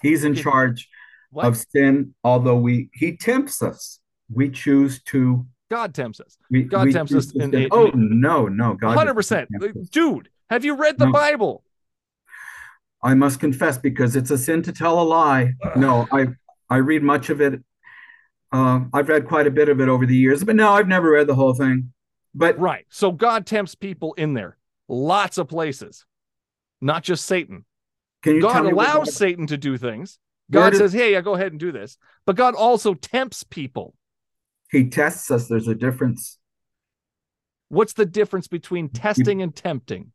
[SPEAKER 4] He's in
[SPEAKER 1] Did-
[SPEAKER 4] charge
[SPEAKER 1] What?
[SPEAKER 4] of sin, although we he tempts us. We choose to
[SPEAKER 1] God tempts us.
[SPEAKER 4] we,
[SPEAKER 1] God
[SPEAKER 4] we
[SPEAKER 1] tempts
[SPEAKER 4] choose
[SPEAKER 1] us
[SPEAKER 4] to
[SPEAKER 1] in
[SPEAKER 4] sin.
[SPEAKER 1] a-
[SPEAKER 4] oh no, no, God does not
[SPEAKER 1] 100%.
[SPEAKER 4] tempt us.
[SPEAKER 1] Dude, have you read the
[SPEAKER 4] No.
[SPEAKER 1] Bible?
[SPEAKER 4] I must confess because it's a sin to tell a lie. No, I I read much of it. Uh, I've read quite a bit of it over the years, but no, I've never read the whole thing. But
[SPEAKER 1] Right. So God tempts people in there. Lots of places. Not just Satan.
[SPEAKER 4] can you tell
[SPEAKER 1] God
[SPEAKER 4] me what
[SPEAKER 1] allows
[SPEAKER 4] God-
[SPEAKER 1] Satan to do things.
[SPEAKER 4] where
[SPEAKER 1] God
[SPEAKER 4] does-
[SPEAKER 1] says, "Hey, yeah, go ahead and do this." But God also tempts people.
[SPEAKER 4] he tests us? There's a difference
[SPEAKER 1] What's the difference between testing and tempting?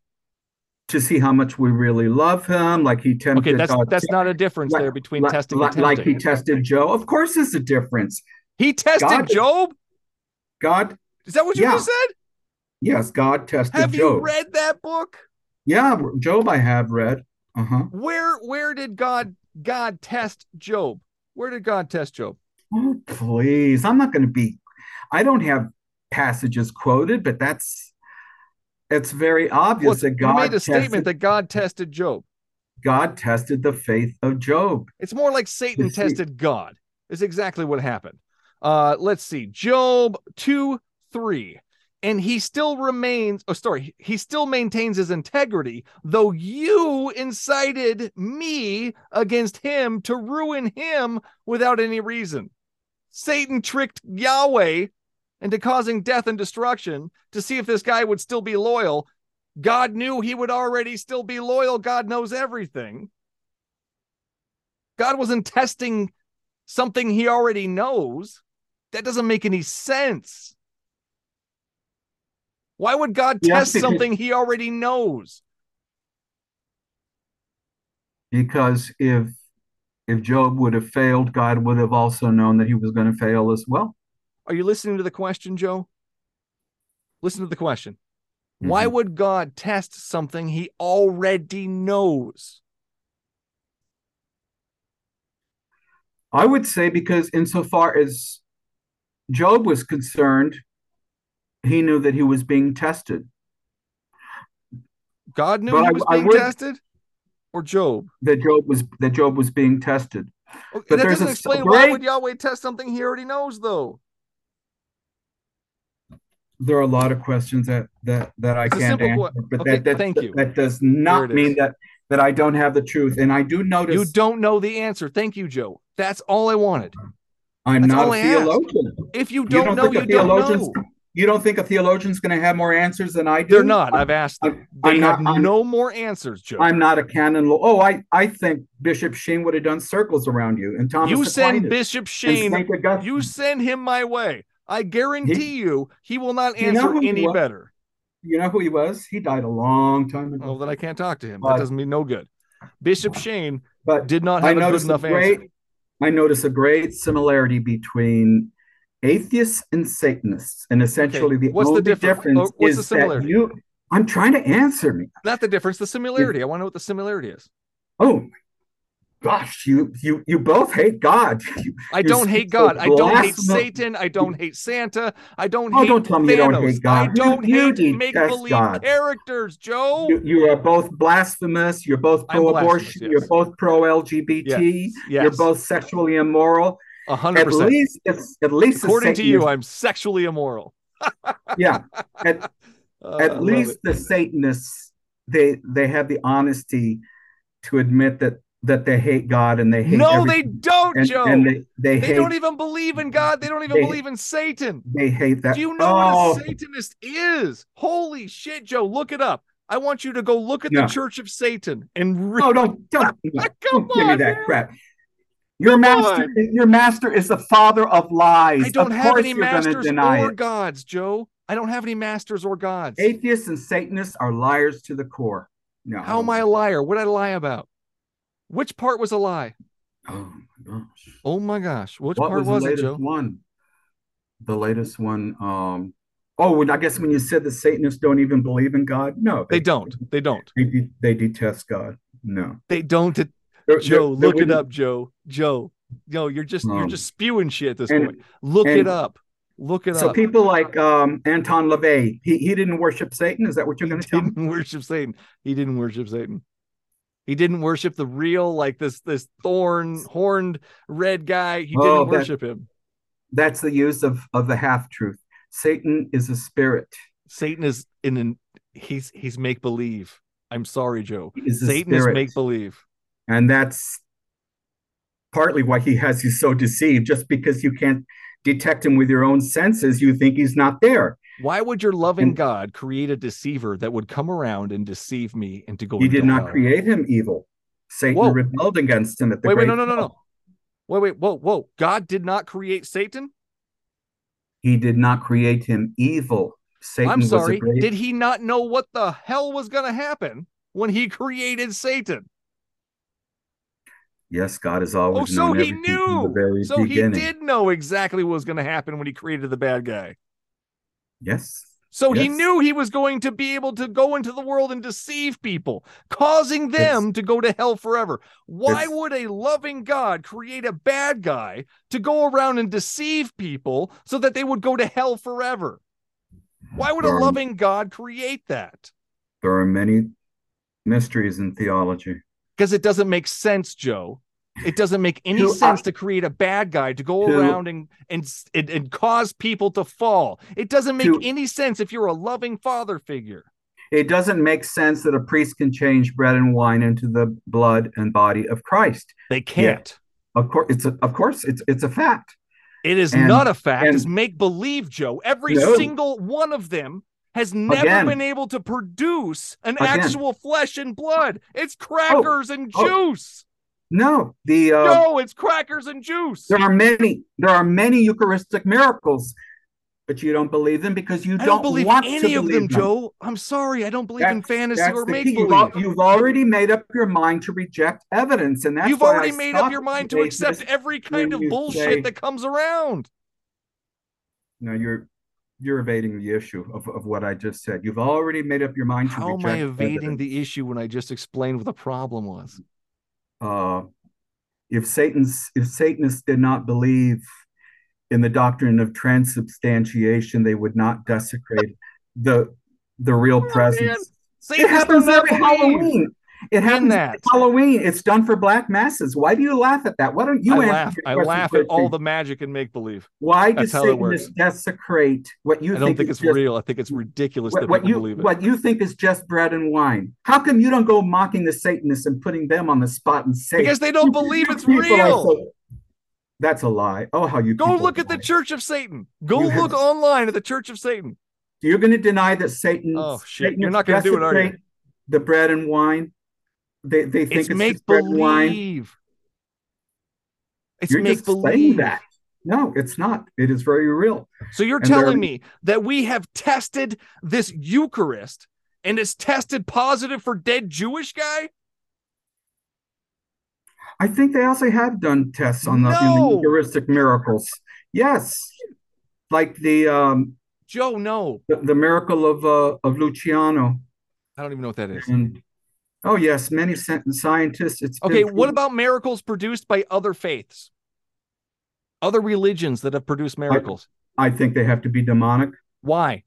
[SPEAKER 4] to see how much we really love him. Like he tempted.
[SPEAKER 1] Okay, that's
[SPEAKER 4] God-
[SPEAKER 1] that's not a difference
[SPEAKER 4] Like-
[SPEAKER 1] there between
[SPEAKER 4] like-
[SPEAKER 1] testing and
[SPEAKER 4] like, like
[SPEAKER 1] tempting.
[SPEAKER 4] he tested Joe. Of course, there's a difference.
[SPEAKER 1] He tested
[SPEAKER 4] God-
[SPEAKER 1] Job?
[SPEAKER 4] God,
[SPEAKER 1] Is that what you
[SPEAKER 4] Yeah.
[SPEAKER 1] just said?
[SPEAKER 4] yes, God tested
[SPEAKER 1] Have
[SPEAKER 4] Job.
[SPEAKER 1] you read that book?
[SPEAKER 4] yeah, Job, I have read. Uh huh.
[SPEAKER 1] Where where did God God test Job? Where did God test Job?
[SPEAKER 4] Oh, please. I'm not going to be, I don't have passages quoted, but that's, it's very obvious
[SPEAKER 1] Well, you
[SPEAKER 4] that God
[SPEAKER 1] made a
[SPEAKER 4] tested,
[SPEAKER 1] statement that God tested Job.
[SPEAKER 4] God tested the faith of Job.
[SPEAKER 1] It's more like Satan
[SPEAKER 4] Let's see.
[SPEAKER 1] tested God. Is exactly what happened. Uh, let's see, Job two three, and he still remains. Oh, sorry, he still maintains his integrity, though you incited me against him to ruin him without any reason. Satan tricked Yahweh into causing death and destruction to see if this guy would still be loyal. God knew he would already still be loyal. God knows everything. God wasn't testing something he already knows. That doesn't make any sense. Why would God
[SPEAKER 4] Yeah,
[SPEAKER 1] test
[SPEAKER 4] because-
[SPEAKER 1] something he already knows?
[SPEAKER 4] Because if, if Job would have failed, God would have also known that he was going to fail as well.
[SPEAKER 1] Are you listening to the question, Joe? Listen to the question. Why would God test something he already knows?
[SPEAKER 4] Mm-hmm. I would say because insofar as Job was concerned, he knew that he was being tested,
[SPEAKER 1] God knew
[SPEAKER 4] But
[SPEAKER 1] he
[SPEAKER 4] I-
[SPEAKER 1] was
[SPEAKER 4] I
[SPEAKER 1] being
[SPEAKER 4] would-
[SPEAKER 1] tested, or Job.
[SPEAKER 4] that Job was, that Job was being tested.
[SPEAKER 1] Okay,
[SPEAKER 4] But
[SPEAKER 1] that
[SPEAKER 4] there's
[SPEAKER 1] doesn't
[SPEAKER 4] a
[SPEAKER 1] explain why
[SPEAKER 4] great-
[SPEAKER 1] would Yahweh test something he already knows, though.
[SPEAKER 4] There are a lot of questions that that that I
[SPEAKER 1] It's a
[SPEAKER 4] can't
[SPEAKER 1] simple
[SPEAKER 4] answer,
[SPEAKER 1] que-
[SPEAKER 4] but
[SPEAKER 1] Okay,
[SPEAKER 4] that that
[SPEAKER 1] thank you.
[SPEAKER 4] that does not
[SPEAKER 1] There it
[SPEAKER 4] mean
[SPEAKER 1] is.
[SPEAKER 4] that that I don't have the truth. And I do notice
[SPEAKER 1] You don't know the answer. Thank you, Joe. That's all I wanted.
[SPEAKER 4] I'm
[SPEAKER 1] that's
[SPEAKER 4] not a
[SPEAKER 1] all I asked.
[SPEAKER 4] theologian.
[SPEAKER 1] If you
[SPEAKER 4] You
[SPEAKER 1] don't,
[SPEAKER 4] don't
[SPEAKER 1] know,
[SPEAKER 4] think a
[SPEAKER 1] you don't
[SPEAKER 4] theologian's-
[SPEAKER 1] know.
[SPEAKER 4] You don't think a theologian's going to have more answers than I do?
[SPEAKER 1] They're not. I've asked them. They
[SPEAKER 4] I'm
[SPEAKER 1] have
[SPEAKER 4] not- I'm-
[SPEAKER 1] no more answers, Joe.
[SPEAKER 4] I'm not a canon law. Oh, I I think Bishop Sheen would have done circles around you and Thomas
[SPEAKER 1] you
[SPEAKER 4] Aquinas
[SPEAKER 1] send
[SPEAKER 4] and
[SPEAKER 1] Bishop Shane
[SPEAKER 4] Saint Augustine.
[SPEAKER 1] You send him my way. I guarantee you he will not
[SPEAKER 4] You know
[SPEAKER 1] answer
[SPEAKER 4] who he
[SPEAKER 1] any
[SPEAKER 4] was?
[SPEAKER 1] better.
[SPEAKER 4] You know who he was? He died a long time ago.
[SPEAKER 1] Oh, then I can't talk to him.
[SPEAKER 4] But-
[SPEAKER 1] That doesn't mean no good. Bishop Shane
[SPEAKER 4] But
[SPEAKER 1] did not
[SPEAKER 4] I
[SPEAKER 1] have a good
[SPEAKER 4] notice a
[SPEAKER 1] enough
[SPEAKER 4] great,
[SPEAKER 1] answer.
[SPEAKER 4] I notice a great similarity between atheists and Satanists, and essentially the
[SPEAKER 1] what's the
[SPEAKER 4] only
[SPEAKER 1] difference?
[SPEAKER 4] difference
[SPEAKER 1] Oh, what's the
[SPEAKER 4] is
[SPEAKER 1] similarity?
[SPEAKER 4] that you. I'm trying to answer me.
[SPEAKER 1] Not the difference, the similarity. I want to know what the similarity is.
[SPEAKER 4] Oh my gosh, you you you both hate God. You-
[SPEAKER 1] I
[SPEAKER 4] You're
[SPEAKER 1] don't hate
[SPEAKER 4] so
[SPEAKER 1] God. I don't hate
[SPEAKER 4] blasphemous.
[SPEAKER 1] Satan. I don't hate Santa. I don't
[SPEAKER 4] Oh,
[SPEAKER 1] hate
[SPEAKER 4] don't tell me you
[SPEAKER 1] Thanos.
[SPEAKER 4] don't hate God.
[SPEAKER 1] I
[SPEAKER 4] You-
[SPEAKER 1] don't
[SPEAKER 4] you
[SPEAKER 1] hate
[SPEAKER 4] detest
[SPEAKER 1] make believe
[SPEAKER 4] God.
[SPEAKER 1] characters, Joe.
[SPEAKER 4] You, you are both blasphemous. You're both
[SPEAKER 1] I'm
[SPEAKER 4] pro-abortion.
[SPEAKER 1] blasphemous, yes.
[SPEAKER 4] You're both pro-LGBT. You're
[SPEAKER 1] yes.
[SPEAKER 4] both sexually immoral.
[SPEAKER 1] A hundred
[SPEAKER 4] At
[SPEAKER 1] percent.
[SPEAKER 4] least, it's, at least, the
[SPEAKER 1] According to you,
[SPEAKER 4] Satanists-
[SPEAKER 1] I'm sexually immoral.
[SPEAKER 4] yeah. At,
[SPEAKER 1] Uh, I
[SPEAKER 4] at
[SPEAKER 1] love
[SPEAKER 4] least
[SPEAKER 1] it.
[SPEAKER 4] the satanists they they have the honesty to admit that that they hate god and they hate
[SPEAKER 1] No, they
[SPEAKER 4] everything.
[SPEAKER 1] don't,
[SPEAKER 4] and,
[SPEAKER 1] Joe.
[SPEAKER 4] and they
[SPEAKER 1] They
[SPEAKER 4] they, hate
[SPEAKER 1] don't even believe in God. They don't even
[SPEAKER 4] They-
[SPEAKER 1] believe in Satan.
[SPEAKER 4] they hate that
[SPEAKER 1] Do you know
[SPEAKER 4] oh
[SPEAKER 1] what a Satanist is? Holy shit, Joe. Look it up. I want you to go look at
[SPEAKER 4] No.
[SPEAKER 1] the Church of Satan and read.
[SPEAKER 4] Oh, No, don't don't,
[SPEAKER 1] Come
[SPEAKER 4] don't give me
[SPEAKER 1] on,
[SPEAKER 4] that
[SPEAKER 1] man.
[SPEAKER 4] crap. Your master, your master is the father of lies.
[SPEAKER 1] I don't
[SPEAKER 4] of
[SPEAKER 1] have
[SPEAKER 4] course
[SPEAKER 1] any
[SPEAKER 4] you're gonna
[SPEAKER 1] masters
[SPEAKER 4] deny
[SPEAKER 1] or
[SPEAKER 4] it.
[SPEAKER 1] gods, Joe. I don't have any masters or gods.
[SPEAKER 4] Atheists and Satanists are liars to the core. No,
[SPEAKER 1] How am I a liar? What did I lie about? Which part was a lie?
[SPEAKER 4] Oh my gosh!
[SPEAKER 1] Oh my gosh. Which
[SPEAKER 4] what
[SPEAKER 1] part
[SPEAKER 4] was
[SPEAKER 1] was,
[SPEAKER 4] the
[SPEAKER 1] it,
[SPEAKER 4] latest
[SPEAKER 1] Joe?
[SPEAKER 4] one? The latest one. Um, oh, when- I guess when you said the Satanists don't even believe in God. No,
[SPEAKER 1] They don't. They don't.
[SPEAKER 4] They, de- they detest God. No,
[SPEAKER 1] They don't.
[SPEAKER 4] They're-
[SPEAKER 1] Joe,
[SPEAKER 4] they're-
[SPEAKER 1] look
[SPEAKER 4] they're
[SPEAKER 1] it up, Joe. Joe. No, you're just you're
[SPEAKER 4] Um,
[SPEAKER 1] just spewing shit at this
[SPEAKER 4] and-
[SPEAKER 1] point. Look it
[SPEAKER 4] and-
[SPEAKER 1] up. Look it
[SPEAKER 4] So
[SPEAKER 1] up.
[SPEAKER 4] people like um, Anton LaVey, he, he didn't worship Satan. Is that what you're going to tell me?
[SPEAKER 1] didn't worship Satan. He didn't worship Satan. He didn't worship the real, like this this thorn horned red guy. He didn't
[SPEAKER 4] Oh, that-
[SPEAKER 1] worship him.
[SPEAKER 4] That's the use of, of the half truth. Satan is a spirit.
[SPEAKER 1] Satan is in an he's he's make believe. I'm sorry, Joe.
[SPEAKER 4] He is a
[SPEAKER 1] Satan is
[SPEAKER 4] spirit.
[SPEAKER 1] make believe.
[SPEAKER 4] And that's partly why he has you so deceived. Just because you can't detect him with your own senses, you think he's not there.
[SPEAKER 1] Why would your loving
[SPEAKER 4] And-
[SPEAKER 1] God create a deceiver that would come around and deceive me into going?
[SPEAKER 4] He did
[SPEAKER 1] to
[SPEAKER 4] not
[SPEAKER 1] hell?
[SPEAKER 4] create him evil. Satan
[SPEAKER 1] Whoa.
[SPEAKER 4] rebelled against him at the
[SPEAKER 1] Wait, wait,
[SPEAKER 4] great
[SPEAKER 1] no, no, no,
[SPEAKER 4] flood.
[SPEAKER 1] no. Wait, wait, whoa, whoa. God did not create Satan.
[SPEAKER 4] He did not create him evil. Satan
[SPEAKER 1] I'm
[SPEAKER 4] was a
[SPEAKER 1] sorry.
[SPEAKER 4] great-
[SPEAKER 1] Did he not know what the hell was going to happen when he created Satan?
[SPEAKER 4] Yes, God has
[SPEAKER 1] Oh,
[SPEAKER 4] always
[SPEAKER 1] so
[SPEAKER 4] known
[SPEAKER 1] he
[SPEAKER 4] everything from the
[SPEAKER 1] knew.
[SPEAKER 4] very
[SPEAKER 1] So he
[SPEAKER 4] beginning.
[SPEAKER 1] did know exactly what was going to happen when he created the bad guy.
[SPEAKER 4] Yes.
[SPEAKER 1] So he
[SPEAKER 4] Yes.
[SPEAKER 1] knew he was going to be able to go into the world and deceive people, causing them to go to hell forever. Why
[SPEAKER 4] Yes.
[SPEAKER 1] would a loving God create a bad guy to go around and deceive people so that they would go to hell forever? Why would a
[SPEAKER 4] Um,
[SPEAKER 1] loving God create that?
[SPEAKER 4] There are many mysteries in theology.
[SPEAKER 1] Because it doesn't make sense, Joe. It doesn't make any
[SPEAKER 4] Dude, I-
[SPEAKER 1] sense to create a bad guy to go
[SPEAKER 4] Dude.
[SPEAKER 1] around and, and s- and and cause people to fall. It doesn't make
[SPEAKER 4] Dude.
[SPEAKER 1] any sense if you're a loving father figure.
[SPEAKER 4] It doesn't make sense that a priest can change bread and wine into the blood and body of Christ.
[SPEAKER 1] They can't.
[SPEAKER 4] Of course, it's a, of course it's it's a fact.
[SPEAKER 1] It is
[SPEAKER 4] And-
[SPEAKER 1] not a fact. it's
[SPEAKER 4] and-
[SPEAKER 1] make believe, Joe. Every
[SPEAKER 4] No.
[SPEAKER 1] single one of them has never
[SPEAKER 4] Again.
[SPEAKER 1] been able to produce an
[SPEAKER 4] Again.
[SPEAKER 1] actual flesh and blood. It's crackers and
[SPEAKER 4] Oh.
[SPEAKER 1] juice.
[SPEAKER 4] No, the uh,
[SPEAKER 1] Joe, it's crackers and juice.
[SPEAKER 4] there are many there are many Eucharistic miracles, but you don't believe them because you
[SPEAKER 1] I don't
[SPEAKER 4] don't
[SPEAKER 1] believe
[SPEAKER 4] want
[SPEAKER 1] any
[SPEAKER 4] to
[SPEAKER 1] of
[SPEAKER 4] believe
[SPEAKER 1] them, Joe. I'm sorry. I don't believe in
[SPEAKER 4] That's-
[SPEAKER 1] fantasy
[SPEAKER 4] That's
[SPEAKER 1] or
[SPEAKER 4] the
[SPEAKER 1] make
[SPEAKER 4] key. You've,
[SPEAKER 1] believe.
[SPEAKER 4] al- you've already made up your mind to reject evidence, and that's
[SPEAKER 1] You've
[SPEAKER 4] why I
[SPEAKER 1] already made up
[SPEAKER 4] stopped
[SPEAKER 1] your mind to
[SPEAKER 4] today's
[SPEAKER 1] accept
[SPEAKER 4] message.
[SPEAKER 1] every kind of
[SPEAKER 4] you
[SPEAKER 1] bullshit
[SPEAKER 4] say-
[SPEAKER 1] that comes around.
[SPEAKER 4] No, you're you're evading the issue of, of what I just said. You've already made up your mind to
[SPEAKER 1] How am I
[SPEAKER 4] reject
[SPEAKER 1] evading the
[SPEAKER 4] evidence.
[SPEAKER 1] issue when I just explained what the problem was?
[SPEAKER 4] Uh, if Satan's if Satanists did not believe in the doctrine of transubstantiation, they would not desecrate the the real
[SPEAKER 1] Oh, man.
[SPEAKER 4] presence.
[SPEAKER 1] Satan
[SPEAKER 4] It happens every Halloween. It happens
[SPEAKER 1] that.
[SPEAKER 4] every Halloween. It's done for black masses. Why do you laugh at that? Why don't you
[SPEAKER 1] I
[SPEAKER 4] answer
[SPEAKER 1] laugh.
[SPEAKER 4] your
[SPEAKER 1] I
[SPEAKER 4] question
[SPEAKER 1] laugh at all
[SPEAKER 4] quickly?
[SPEAKER 1] the magic and make believe.
[SPEAKER 4] Why do
[SPEAKER 1] That's how it works.
[SPEAKER 4] Satanists desecrate what you
[SPEAKER 1] I don't
[SPEAKER 4] think,
[SPEAKER 1] think
[SPEAKER 4] is
[SPEAKER 1] it's
[SPEAKER 4] just
[SPEAKER 1] real. I think it's ridiculous
[SPEAKER 4] what,
[SPEAKER 1] that
[SPEAKER 4] what
[SPEAKER 1] people
[SPEAKER 4] you
[SPEAKER 1] believe it.
[SPEAKER 4] what you think is just bread and wine. How come you don't go mocking the Satanists and putting them on the spot and say
[SPEAKER 1] Because they don't believe
[SPEAKER 4] "You
[SPEAKER 1] it's
[SPEAKER 4] people are
[SPEAKER 1] real.
[SPEAKER 4] so-" That's a lie. Oh, how you
[SPEAKER 1] Go
[SPEAKER 4] people
[SPEAKER 1] look at the
[SPEAKER 4] lie.
[SPEAKER 1] Church of Satan. Go
[SPEAKER 4] You have-
[SPEAKER 1] look online at the Church of Satan.
[SPEAKER 4] You're going to deny that Satan.
[SPEAKER 1] Oh, shit. You're not gonna do it, are you?
[SPEAKER 4] The bread and wine. They they think
[SPEAKER 1] It's
[SPEAKER 4] it's, just
[SPEAKER 1] make
[SPEAKER 4] bread and wine.
[SPEAKER 1] believe. It's
[SPEAKER 4] You're
[SPEAKER 1] make
[SPEAKER 4] just saying
[SPEAKER 1] believe.
[SPEAKER 4] that. No, it's not. It is very real.
[SPEAKER 1] So you're
[SPEAKER 4] And they're-
[SPEAKER 1] telling me that we have tested this Eucharist and it's tested positive for dead Jewish guy?
[SPEAKER 4] I think they also have done tests on the, on the
[SPEAKER 1] No.
[SPEAKER 4] Eucharistic miracles. Yes, like the um,
[SPEAKER 1] Joe, no.
[SPEAKER 4] the, the miracle of uh, of Luciano.
[SPEAKER 1] I don't even know what that is.
[SPEAKER 4] And oh yes, many sci- scientists. It's been
[SPEAKER 1] Okay, what
[SPEAKER 4] proven-
[SPEAKER 1] about miracles produced by other faiths? Other religions that have produced miracles.
[SPEAKER 4] I think they have to be demonic
[SPEAKER 1] Why?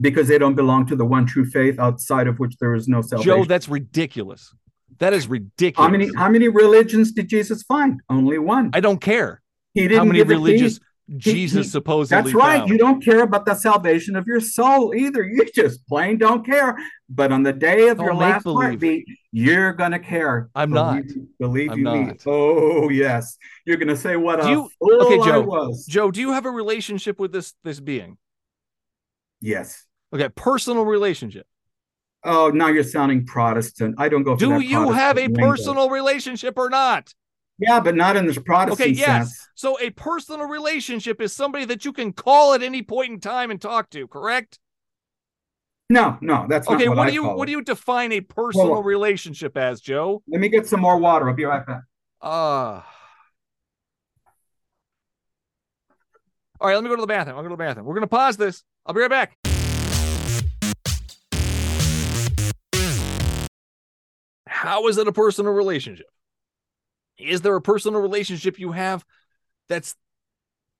[SPEAKER 4] because they don't belong to the one true faith outside of which there is no salvation.
[SPEAKER 1] Joe, that's ridiculous. That is ridiculous.
[SPEAKER 4] how many how many religions did Jesus find? Only one.
[SPEAKER 1] I don't care
[SPEAKER 4] He didn't
[SPEAKER 1] how many
[SPEAKER 4] give a
[SPEAKER 1] religious
[SPEAKER 4] key.
[SPEAKER 1] Jesus
[SPEAKER 4] he-
[SPEAKER 1] supposedly
[SPEAKER 4] That's right.
[SPEAKER 1] found.
[SPEAKER 4] You don't care about the salvation of your soul either. You just plain don't care. But on the day of
[SPEAKER 1] Don't
[SPEAKER 4] your
[SPEAKER 1] make
[SPEAKER 4] last
[SPEAKER 1] believe.
[SPEAKER 4] heartbeat, you're gonna care.
[SPEAKER 1] I'm
[SPEAKER 4] Believe-
[SPEAKER 1] not.
[SPEAKER 4] Believe
[SPEAKER 1] I'm
[SPEAKER 4] you
[SPEAKER 1] not.
[SPEAKER 4] me. Oh yes, you're gonna say what
[SPEAKER 1] Do
[SPEAKER 4] a
[SPEAKER 1] you-
[SPEAKER 4] fool
[SPEAKER 1] okay,
[SPEAKER 4] I
[SPEAKER 1] Joe.
[SPEAKER 4] was.
[SPEAKER 1] Joe, do you have a relationship with this this being?
[SPEAKER 4] Yes.
[SPEAKER 1] Okay, personal relationship.
[SPEAKER 4] Oh, now you're sounding Protestant. I don't go. For
[SPEAKER 1] Do
[SPEAKER 4] that
[SPEAKER 1] you have a
[SPEAKER 4] Protestant lingo.
[SPEAKER 1] personal relationship or not?
[SPEAKER 4] Yeah, but not in this Protestant
[SPEAKER 1] Okay, yes.
[SPEAKER 4] sense.
[SPEAKER 1] So a personal relationship is somebody that you can call at any point in time and talk to, correct?
[SPEAKER 4] No, no, that's
[SPEAKER 1] Okay,
[SPEAKER 4] not what,
[SPEAKER 1] what
[SPEAKER 4] I
[SPEAKER 1] do you
[SPEAKER 4] call
[SPEAKER 1] what
[SPEAKER 4] it.
[SPEAKER 1] do you define a personal
[SPEAKER 4] on.
[SPEAKER 1] relationship as, Joe?
[SPEAKER 4] Let me get some more water. I'll be right back.
[SPEAKER 1] Uh All right, let me go to the bathroom. I'll go to the bathroom. We're going to pause this. I'll be right back. How is it a personal relationship? Is there a personal relationship you have that's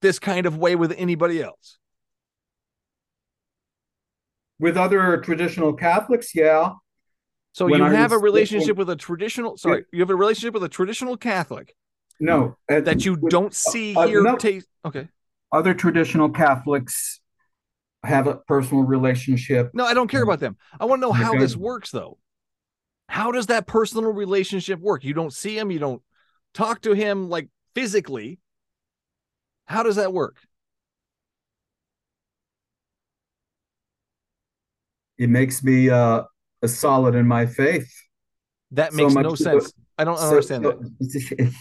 [SPEAKER 1] this kind of way with anybody else?
[SPEAKER 4] With other traditional Catholics, yeah.
[SPEAKER 1] So
[SPEAKER 4] When
[SPEAKER 1] you
[SPEAKER 4] I
[SPEAKER 1] have a
[SPEAKER 4] was-
[SPEAKER 1] relationship with a traditional sorry, you have a relationship with a traditional Catholic
[SPEAKER 4] No, uh,
[SPEAKER 1] that you
[SPEAKER 4] with
[SPEAKER 1] don't see
[SPEAKER 4] uh,
[SPEAKER 1] here
[SPEAKER 4] no.
[SPEAKER 1] taste okay.
[SPEAKER 4] other traditional Catholics have a personal relationship.
[SPEAKER 1] No, I don't care about them. I want to know how this
[SPEAKER 4] Okay.
[SPEAKER 1] works though. How does that personal relationship work? You don't see him, you don't talk to him like physically. How does that work?
[SPEAKER 4] It makes me uh, a solid in my faith.
[SPEAKER 1] That
[SPEAKER 4] So
[SPEAKER 1] makes
[SPEAKER 4] much
[SPEAKER 1] no
[SPEAKER 4] to
[SPEAKER 1] sense. I don't
[SPEAKER 4] So-
[SPEAKER 1] understand
[SPEAKER 4] so
[SPEAKER 1] that.
[SPEAKER 4] It's,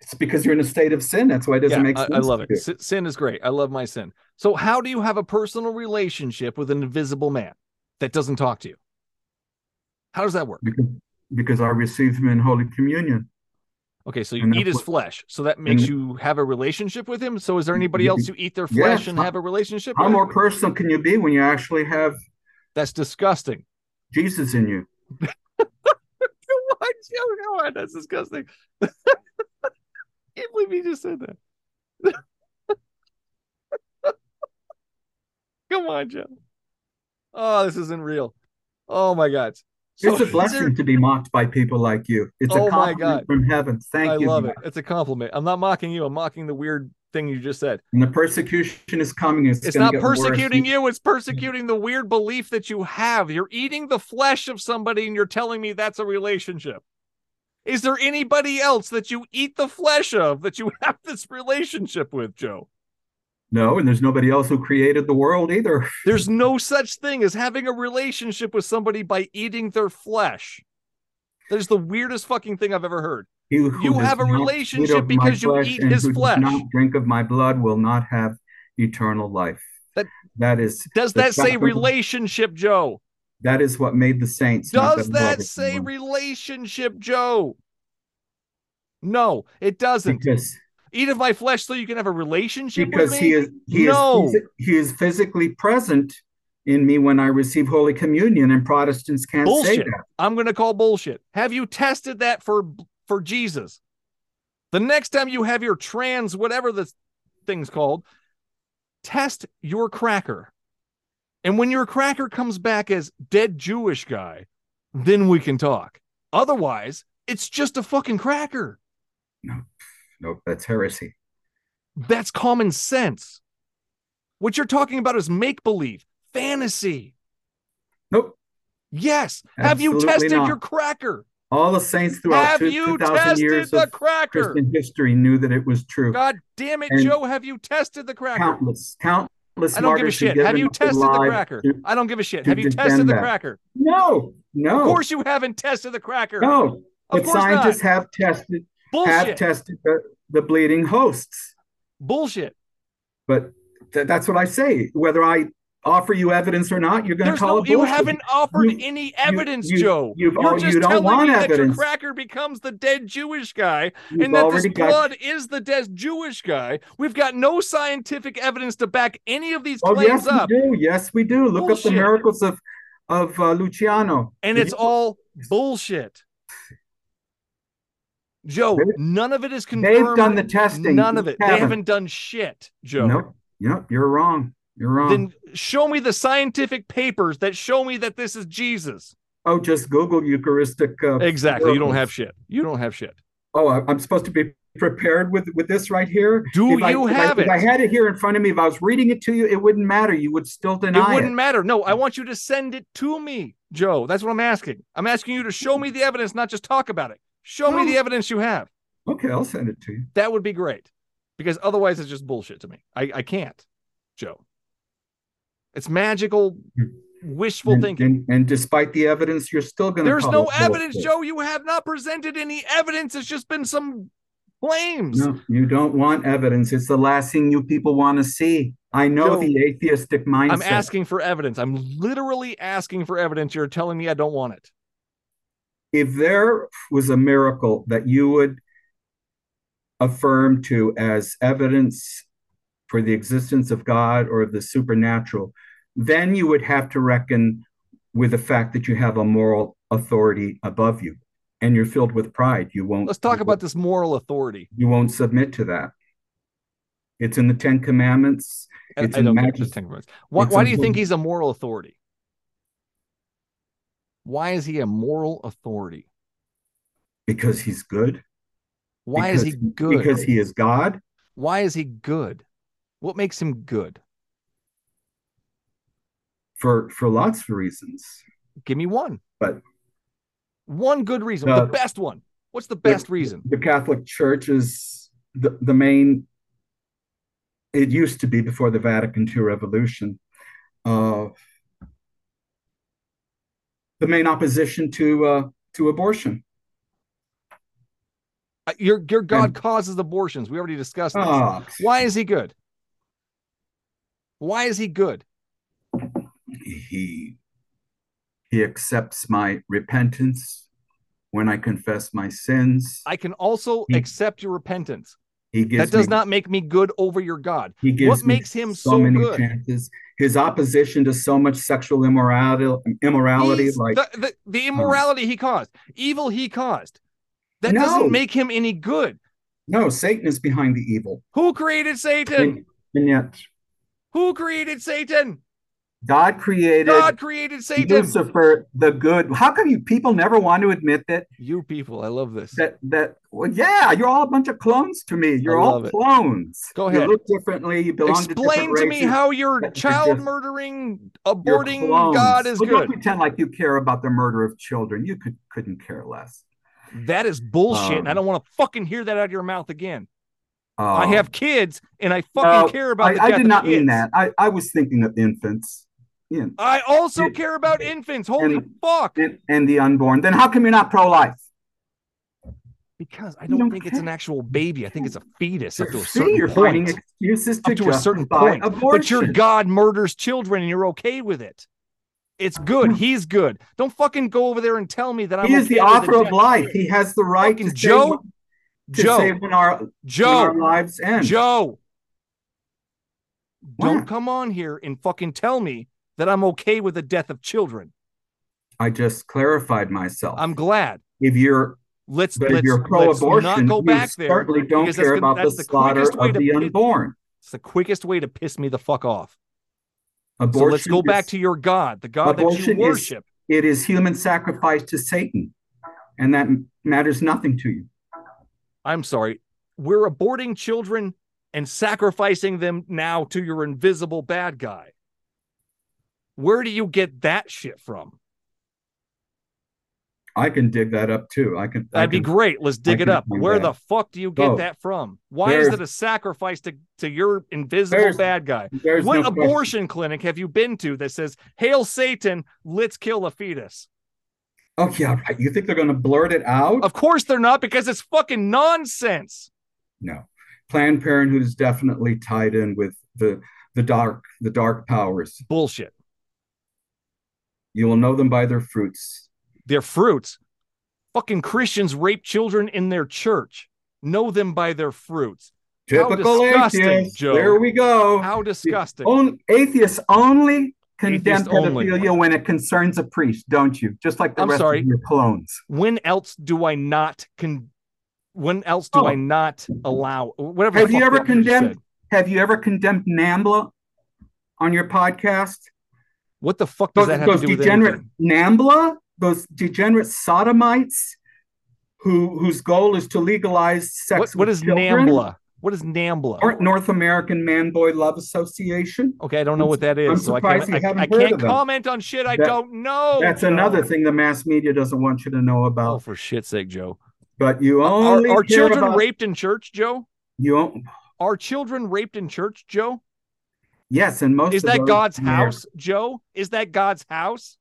[SPEAKER 4] it's because you're in a state of sin. That's why it doesn't
[SPEAKER 1] Yeah,
[SPEAKER 4] make
[SPEAKER 1] I,
[SPEAKER 4] sense.
[SPEAKER 1] I love
[SPEAKER 4] to
[SPEAKER 1] it.
[SPEAKER 4] you.
[SPEAKER 1] Si- Sin is great. I love my sin. So how do you have a personal relationship with an invisible man that doesn't talk to you? How does that work?
[SPEAKER 4] Because, because I received him in Holy Communion.
[SPEAKER 1] Okay, so you
[SPEAKER 4] And
[SPEAKER 1] eat
[SPEAKER 4] that's
[SPEAKER 1] his
[SPEAKER 4] what-
[SPEAKER 1] flesh. So that makes
[SPEAKER 4] and-
[SPEAKER 1] you have a relationship with him. So is there anybody
[SPEAKER 4] You-
[SPEAKER 1] else who eat their flesh
[SPEAKER 4] Yes,
[SPEAKER 1] and
[SPEAKER 4] how-
[SPEAKER 1] have a relationship?
[SPEAKER 4] How
[SPEAKER 1] with?
[SPEAKER 4] more personal can you be when you actually have
[SPEAKER 1] That's disgusting.
[SPEAKER 4] Jesus in you?
[SPEAKER 1] Why, Joe? God, that's disgusting. can't believe you just said that. Come on, Joe. Oh, this isn't real. Oh my God. So
[SPEAKER 4] It's a
[SPEAKER 1] is
[SPEAKER 4] blessing
[SPEAKER 1] there-
[SPEAKER 4] to be mocked by people like you. It's
[SPEAKER 1] Oh my
[SPEAKER 4] a compliment
[SPEAKER 1] God.
[SPEAKER 4] from heaven. Thank
[SPEAKER 1] I
[SPEAKER 4] you.
[SPEAKER 1] love
[SPEAKER 4] God.
[SPEAKER 1] it. It's a compliment. I'm not mocking you. I'm mocking the weird thing you just said.
[SPEAKER 4] And the persecution is coming. It's,
[SPEAKER 1] It's
[SPEAKER 4] gonna
[SPEAKER 1] not
[SPEAKER 4] get worse.
[SPEAKER 1] persecuting you. It's persecuting the weird belief that you have. You're eating the flesh of somebody and you're telling me that's a relationship. Is there anybody else that you eat the flesh of that you have this relationship with, Joe?
[SPEAKER 4] No, and there's nobody else who created the world either.
[SPEAKER 1] There's no such thing as having a relationship with somebody by eating their flesh. That is the weirdest fucking thing I've ever heard.
[SPEAKER 4] He who
[SPEAKER 1] You
[SPEAKER 4] does
[SPEAKER 1] have a
[SPEAKER 4] not eat
[SPEAKER 1] relationship
[SPEAKER 4] of my
[SPEAKER 1] because you
[SPEAKER 4] flesh
[SPEAKER 1] eat
[SPEAKER 4] and
[SPEAKER 1] his
[SPEAKER 4] who does
[SPEAKER 1] flesh.
[SPEAKER 4] not drink of my blood will not have eternal life.
[SPEAKER 1] That-
[SPEAKER 4] that is
[SPEAKER 1] Does
[SPEAKER 4] The
[SPEAKER 1] that say
[SPEAKER 4] suffering-
[SPEAKER 1] relationship, Joe?
[SPEAKER 4] that is what made the saints. not
[SPEAKER 1] Does
[SPEAKER 4] the
[SPEAKER 1] that
[SPEAKER 4] world.
[SPEAKER 1] say relationship, Joe? No, it doesn't.
[SPEAKER 4] because
[SPEAKER 1] Eat of my flesh so you can have a relationship with
[SPEAKER 4] because
[SPEAKER 1] me.
[SPEAKER 4] he is he
[SPEAKER 1] No.
[SPEAKER 4] is physi- he is physically present in me when I receive Holy Communion, and Protestants can't say
[SPEAKER 1] Bullshit.
[SPEAKER 4] that.
[SPEAKER 1] I'm going to call bullshit. Have you tested that for for Jesus? The next time you have your trans whatever the thing's called, test your cracker. And when your cracker comes back as dead Jewish guy, then we can talk. Otherwise, it's just a fucking cracker.
[SPEAKER 4] No, that's heresy.
[SPEAKER 1] That's common sense. What you're talking about is make believe, fantasy.
[SPEAKER 4] Nope.
[SPEAKER 1] Yes. Have you
[SPEAKER 4] Absolutely
[SPEAKER 1] tested
[SPEAKER 4] not.
[SPEAKER 1] your cracker?
[SPEAKER 4] All the saints throughout
[SPEAKER 1] Have
[SPEAKER 4] two,
[SPEAKER 1] you
[SPEAKER 4] 2,000
[SPEAKER 1] tested
[SPEAKER 4] years
[SPEAKER 1] the
[SPEAKER 4] of
[SPEAKER 1] cracker?
[SPEAKER 4] Christian history knew that it was true.
[SPEAKER 1] God damn it,
[SPEAKER 4] And-
[SPEAKER 1] Joe. Have you tested the cracker?
[SPEAKER 4] Countless, countless
[SPEAKER 1] I don't give a
[SPEAKER 4] martyrs who
[SPEAKER 1] shit. Have
[SPEAKER 4] given
[SPEAKER 1] you
[SPEAKER 4] up
[SPEAKER 1] tested the
[SPEAKER 4] lives
[SPEAKER 1] cracker?
[SPEAKER 4] to-
[SPEAKER 1] I don't give a shit.
[SPEAKER 4] to
[SPEAKER 1] Have you tested
[SPEAKER 4] defend
[SPEAKER 1] the
[SPEAKER 4] that.
[SPEAKER 1] cracker?
[SPEAKER 4] No, no,
[SPEAKER 1] Of course you haven't tested the cracker.
[SPEAKER 4] no.
[SPEAKER 1] Of
[SPEAKER 4] But
[SPEAKER 1] course not.
[SPEAKER 4] scientists have tested have
[SPEAKER 1] Bullshit.
[SPEAKER 4] tested the, the bleeding hosts.
[SPEAKER 1] Bullshit.
[SPEAKER 4] But th- that's what I say. Whether I offer you evidence or not, you're going to
[SPEAKER 1] There's
[SPEAKER 4] call
[SPEAKER 1] no,
[SPEAKER 4] it
[SPEAKER 1] you
[SPEAKER 4] bullshit.
[SPEAKER 1] haven't offered
[SPEAKER 4] You-
[SPEAKER 1] any evidence,
[SPEAKER 4] you-
[SPEAKER 1] Joe.
[SPEAKER 4] you've
[SPEAKER 1] You're
[SPEAKER 4] al-
[SPEAKER 1] just
[SPEAKER 4] you don't
[SPEAKER 1] telling
[SPEAKER 4] want
[SPEAKER 1] me that your
[SPEAKER 4] evidence.
[SPEAKER 1] cracker becomes the dead Jewish guy
[SPEAKER 4] You've
[SPEAKER 1] and that this
[SPEAKER 4] already got-
[SPEAKER 1] blood is the dead Jewish guy. We've got no scientific evidence to back any of these
[SPEAKER 4] Oh,
[SPEAKER 1] claims
[SPEAKER 4] yes,
[SPEAKER 1] up,
[SPEAKER 4] we do. Yes, we do. Look up
[SPEAKER 1] Bullshit.
[SPEAKER 4] the miracles of of uh, Luciano.
[SPEAKER 1] and it's all bullshit. Joe,
[SPEAKER 4] They've-
[SPEAKER 1] none of it is confirmed.
[SPEAKER 4] They've done the testing.
[SPEAKER 1] None of
[SPEAKER 4] You
[SPEAKER 1] it. They haven't done shit, Joe.
[SPEAKER 4] Nope. Nope. You're wrong. You're wrong.
[SPEAKER 1] Then show me the scientific papers that show me that this is Jesus.
[SPEAKER 4] Oh, just Google Eucharistic. Uh,
[SPEAKER 1] Exactly. You don't
[SPEAKER 4] miracles.
[SPEAKER 1] have shit. You don't have shit.
[SPEAKER 4] Oh, I- I'm supposed to be prepared with with this right here.
[SPEAKER 1] Do
[SPEAKER 4] If I-
[SPEAKER 1] you
[SPEAKER 4] if I,
[SPEAKER 1] have
[SPEAKER 4] If I
[SPEAKER 1] it?
[SPEAKER 4] had it here in front of me, if I was reading it to you, it wouldn't matter. You would still
[SPEAKER 1] It
[SPEAKER 4] deny
[SPEAKER 1] wouldn't matter. No, I want you to send it to me, Joe. That's what I'm asking. I'm asking you to show me the evidence, not just talk about it. Show me
[SPEAKER 4] No.
[SPEAKER 1] the evidence you have.
[SPEAKER 4] Okay, I'll send it to you.
[SPEAKER 1] That would be great. Because otherwise it's just bullshit to me. I, I can't, Joe. It's magical wishful
[SPEAKER 4] And,
[SPEAKER 1] thinking.
[SPEAKER 4] and, and despite the evidence, you're still going to.
[SPEAKER 1] There's no evidence, Joe. You have not presented any evidence. It's just been some claims.
[SPEAKER 4] No, you don't want evidence. It's the last thing you people want to see. I know
[SPEAKER 1] Joe,
[SPEAKER 4] the atheistic mindset.
[SPEAKER 1] I'm asking for evidence. I'm literally asking for evidence. You're telling me I don't want it.
[SPEAKER 4] if there was a miracle that you would affirm to as evidence for the existence of God or of the supernatural, then you would have to reckon with the fact that you have a moral authority above you and you're filled with pride. You won't
[SPEAKER 1] Let's talk about this moral authority.
[SPEAKER 4] you won't submit to that. It's in the Ten Commandments.
[SPEAKER 1] And
[SPEAKER 4] It's
[SPEAKER 1] I don't get
[SPEAKER 4] imagine-
[SPEAKER 1] this thing. Why,
[SPEAKER 4] it's
[SPEAKER 1] why do you think
[SPEAKER 4] imagine-
[SPEAKER 1] he's a moral authority? Why is he a moral authority?
[SPEAKER 4] Because he's good.
[SPEAKER 1] Why is
[SPEAKER 4] Because-
[SPEAKER 1] he good?
[SPEAKER 4] Because he is God.
[SPEAKER 1] why is he good? What makes him good?
[SPEAKER 4] For for lots of reasons.
[SPEAKER 1] Give me one.
[SPEAKER 4] But-
[SPEAKER 1] one good reason,
[SPEAKER 4] Uh,
[SPEAKER 1] the best one. What's the best reason?
[SPEAKER 4] the Catholic Church is the, the main. It used to be before the Vatican II Revolution, uh, the main opposition to uh, to abortion.
[SPEAKER 1] Uh, Your your God
[SPEAKER 4] and-
[SPEAKER 1] causes abortions. We already discussed this.
[SPEAKER 4] Ah,
[SPEAKER 1] Why is he good? Why is he good?
[SPEAKER 4] he he accepts my repentance when I confess my sins.
[SPEAKER 1] I can also
[SPEAKER 4] He-
[SPEAKER 1] accept your repentance.
[SPEAKER 4] he gives
[SPEAKER 1] that does
[SPEAKER 4] me,
[SPEAKER 1] not make me good over your God.
[SPEAKER 4] He gives
[SPEAKER 1] what
[SPEAKER 4] me
[SPEAKER 1] makes him
[SPEAKER 4] so,
[SPEAKER 1] so
[SPEAKER 4] many
[SPEAKER 1] good?
[SPEAKER 4] chances. His opposition to so much sexual immorality, immorality,
[SPEAKER 1] He's-
[SPEAKER 4] like Oh.
[SPEAKER 1] the, the, the immorality he caused, evil he caused. That
[SPEAKER 4] No.
[SPEAKER 1] doesn't make him any good.
[SPEAKER 4] no, Satan is behind the evil.
[SPEAKER 1] Who created Satan?
[SPEAKER 4] And, and yet,
[SPEAKER 1] Who created Satan?
[SPEAKER 4] God created
[SPEAKER 1] God created Satan.
[SPEAKER 4] Lucifer, the good. How come you people never want to admit that?
[SPEAKER 1] You people, I love this.
[SPEAKER 4] That that well, yeah, you're all a bunch of clones to me. You're
[SPEAKER 1] I
[SPEAKER 4] all
[SPEAKER 1] love it.
[SPEAKER 4] clones.
[SPEAKER 1] Go
[SPEAKER 4] You
[SPEAKER 1] ahead.
[SPEAKER 4] look differently. You belong
[SPEAKER 1] Explain
[SPEAKER 4] to,
[SPEAKER 1] to
[SPEAKER 4] different
[SPEAKER 1] me
[SPEAKER 4] races.
[SPEAKER 1] how your
[SPEAKER 4] You're
[SPEAKER 1] child
[SPEAKER 4] just-
[SPEAKER 1] murdering,
[SPEAKER 4] You're
[SPEAKER 1] aborting
[SPEAKER 4] clones.
[SPEAKER 1] God is
[SPEAKER 4] Well, Don't
[SPEAKER 1] good.
[SPEAKER 4] pretend like you care about the murder of children. You could couldn't care less.
[SPEAKER 1] That is bullshit. and I
[SPEAKER 4] Um,
[SPEAKER 1] don't want to fucking hear that out of your mouth again.
[SPEAKER 4] Uh,
[SPEAKER 1] I have kids and I fucking
[SPEAKER 4] no,
[SPEAKER 1] care about
[SPEAKER 4] I,
[SPEAKER 1] the
[SPEAKER 4] I
[SPEAKER 1] death
[SPEAKER 4] did
[SPEAKER 1] of
[SPEAKER 4] not
[SPEAKER 1] kids.
[SPEAKER 4] mean that. I, I was thinking of infants. Yeah.
[SPEAKER 1] I also
[SPEAKER 4] It-
[SPEAKER 1] care about infants. Holy
[SPEAKER 4] and-
[SPEAKER 1] fuck.
[SPEAKER 4] And, and the unborn. Then how come you're not pro-life?
[SPEAKER 1] Because I
[SPEAKER 4] you
[SPEAKER 1] don't
[SPEAKER 4] don't
[SPEAKER 1] think it's an
[SPEAKER 4] care.
[SPEAKER 1] actual baby. I think it's a fetus up to a
[SPEAKER 4] See,
[SPEAKER 1] certain
[SPEAKER 4] you're finding
[SPEAKER 1] point.
[SPEAKER 4] excuses to,
[SPEAKER 1] Up to a certain
[SPEAKER 4] justify
[SPEAKER 1] point.
[SPEAKER 4] abortion.
[SPEAKER 1] But your God murders children and you're okay with it. It's good. He's good. Don't fucking go over there and tell me that I'm
[SPEAKER 4] Hmm. He is
[SPEAKER 1] okay
[SPEAKER 4] the
[SPEAKER 1] with
[SPEAKER 4] author of
[SPEAKER 1] death.
[SPEAKER 4] life. He has the right
[SPEAKER 1] Fucking
[SPEAKER 4] to
[SPEAKER 1] Joe,
[SPEAKER 4] say, when- to
[SPEAKER 1] Joe,
[SPEAKER 4] say when our when
[SPEAKER 1] Joe,
[SPEAKER 4] our lives end.
[SPEAKER 1] Joe. Don't
[SPEAKER 4] What?
[SPEAKER 1] come on here and fucking tell me that I'm okay with the death of children.
[SPEAKER 4] I just clarified myself.
[SPEAKER 1] I'm glad.
[SPEAKER 4] if you're
[SPEAKER 1] Let's
[SPEAKER 4] but
[SPEAKER 1] let's,
[SPEAKER 4] if you're
[SPEAKER 1] let's not
[SPEAKER 4] pro-abortion,
[SPEAKER 1] go
[SPEAKER 4] you
[SPEAKER 1] back there.
[SPEAKER 4] certainly don't
[SPEAKER 1] because that's
[SPEAKER 4] care
[SPEAKER 1] gonna-
[SPEAKER 4] about the
[SPEAKER 1] that's the
[SPEAKER 4] slaughter
[SPEAKER 1] quickest way
[SPEAKER 4] of
[SPEAKER 1] to
[SPEAKER 4] the
[SPEAKER 1] pit-
[SPEAKER 4] unborn.
[SPEAKER 1] It's the quickest way to piss me the fuck off. So
[SPEAKER 4] Abortion.
[SPEAKER 1] let's go back
[SPEAKER 4] is-
[SPEAKER 1] to your God, the God that you
[SPEAKER 4] Abortion is-
[SPEAKER 1] worship.
[SPEAKER 4] it is human sacrifice to Satan, and that m- matters nothing to you.
[SPEAKER 1] I'm sorry. We're aborting children and sacrificing them now to your invisible bad guy. Where do you get that shit from?
[SPEAKER 4] I can dig that up too. I can. I
[SPEAKER 1] That'd be
[SPEAKER 4] can-
[SPEAKER 1] great. Let's dig it
[SPEAKER 4] can
[SPEAKER 1] up.
[SPEAKER 4] find
[SPEAKER 1] Where
[SPEAKER 4] that.
[SPEAKER 1] the fuck do you get
[SPEAKER 4] Oh,
[SPEAKER 1] that from? Why is
[SPEAKER 4] there's-
[SPEAKER 1] it a sacrifice to, to your invisible
[SPEAKER 4] There's-
[SPEAKER 1] bad guy?
[SPEAKER 4] There's
[SPEAKER 1] What
[SPEAKER 4] no question.
[SPEAKER 1] abortion clinic have you been to that says, Hail Satan, let's kill a fetus?
[SPEAKER 4] Oh yeah, right. You think they're going to blurt it out?
[SPEAKER 1] Of course they're not because it's fucking nonsense.
[SPEAKER 4] no planned parenthood is definitely tied in with the the dark the dark powers
[SPEAKER 1] Bullshit.
[SPEAKER 4] you will know them by their fruits
[SPEAKER 1] They're fruits. Fucking Christians rape children in their church. Know them by their fruits. How
[SPEAKER 4] typical
[SPEAKER 1] disgusting,
[SPEAKER 4] atheists
[SPEAKER 1] Joe.
[SPEAKER 4] there we go
[SPEAKER 1] How disgusting.
[SPEAKER 4] On, atheists only condemn
[SPEAKER 1] Atheist only.
[SPEAKER 4] pedophilia when it concerns a priest don't you just like the
[SPEAKER 1] I'm
[SPEAKER 4] rest
[SPEAKER 1] sorry.
[SPEAKER 4] of your clones
[SPEAKER 1] When else do I not con when else do
[SPEAKER 4] Oh.
[SPEAKER 1] I not allow whatever?
[SPEAKER 4] Have
[SPEAKER 1] the
[SPEAKER 4] you
[SPEAKER 1] fuck
[SPEAKER 4] ever
[SPEAKER 1] that just
[SPEAKER 4] condemned-
[SPEAKER 1] said.
[SPEAKER 4] have you ever condemned nambla on your podcast
[SPEAKER 1] What the fuck does
[SPEAKER 4] those,
[SPEAKER 1] that have
[SPEAKER 4] those
[SPEAKER 1] to do with
[SPEAKER 4] degenerate
[SPEAKER 1] anything?
[SPEAKER 4] Nambla, those degenerate sodomites who whose goal is to legalize sex
[SPEAKER 1] What, what
[SPEAKER 4] with
[SPEAKER 1] is
[SPEAKER 4] children?
[SPEAKER 1] Nambla? What is Nambla?
[SPEAKER 4] North, North American Man Boy Love Association.
[SPEAKER 1] okay, I don't know what that is,
[SPEAKER 4] I'm
[SPEAKER 1] so I
[SPEAKER 4] surprised
[SPEAKER 1] can't,
[SPEAKER 4] you
[SPEAKER 1] I,
[SPEAKER 4] haven't
[SPEAKER 1] I
[SPEAKER 4] heard
[SPEAKER 1] can't
[SPEAKER 4] of them.
[SPEAKER 1] comment on shit I
[SPEAKER 4] That-
[SPEAKER 1] don't know.
[SPEAKER 4] That's
[SPEAKER 1] Joe.
[SPEAKER 4] another thing the mass media doesn't want you to know
[SPEAKER 1] Oh,
[SPEAKER 4] about.
[SPEAKER 1] for shit's sake, Joe.
[SPEAKER 4] But you
[SPEAKER 1] Are,
[SPEAKER 4] only
[SPEAKER 1] are
[SPEAKER 4] care
[SPEAKER 1] children
[SPEAKER 4] about,
[SPEAKER 1] raped in church, Joe?
[SPEAKER 4] You don't,
[SPEAKER 1] Are children raped in church, Joe?
[SPEAKER 4] Yes, and most
[SPEAKER 1] Is
[SPEAKER 4] of
[SPEAKER 1] that
[SPEAKER 4] those
[SPEAKER 1] God's
[SPEAKER 4] are-
[SPEAKER 1] house, Joe? Is that God's house?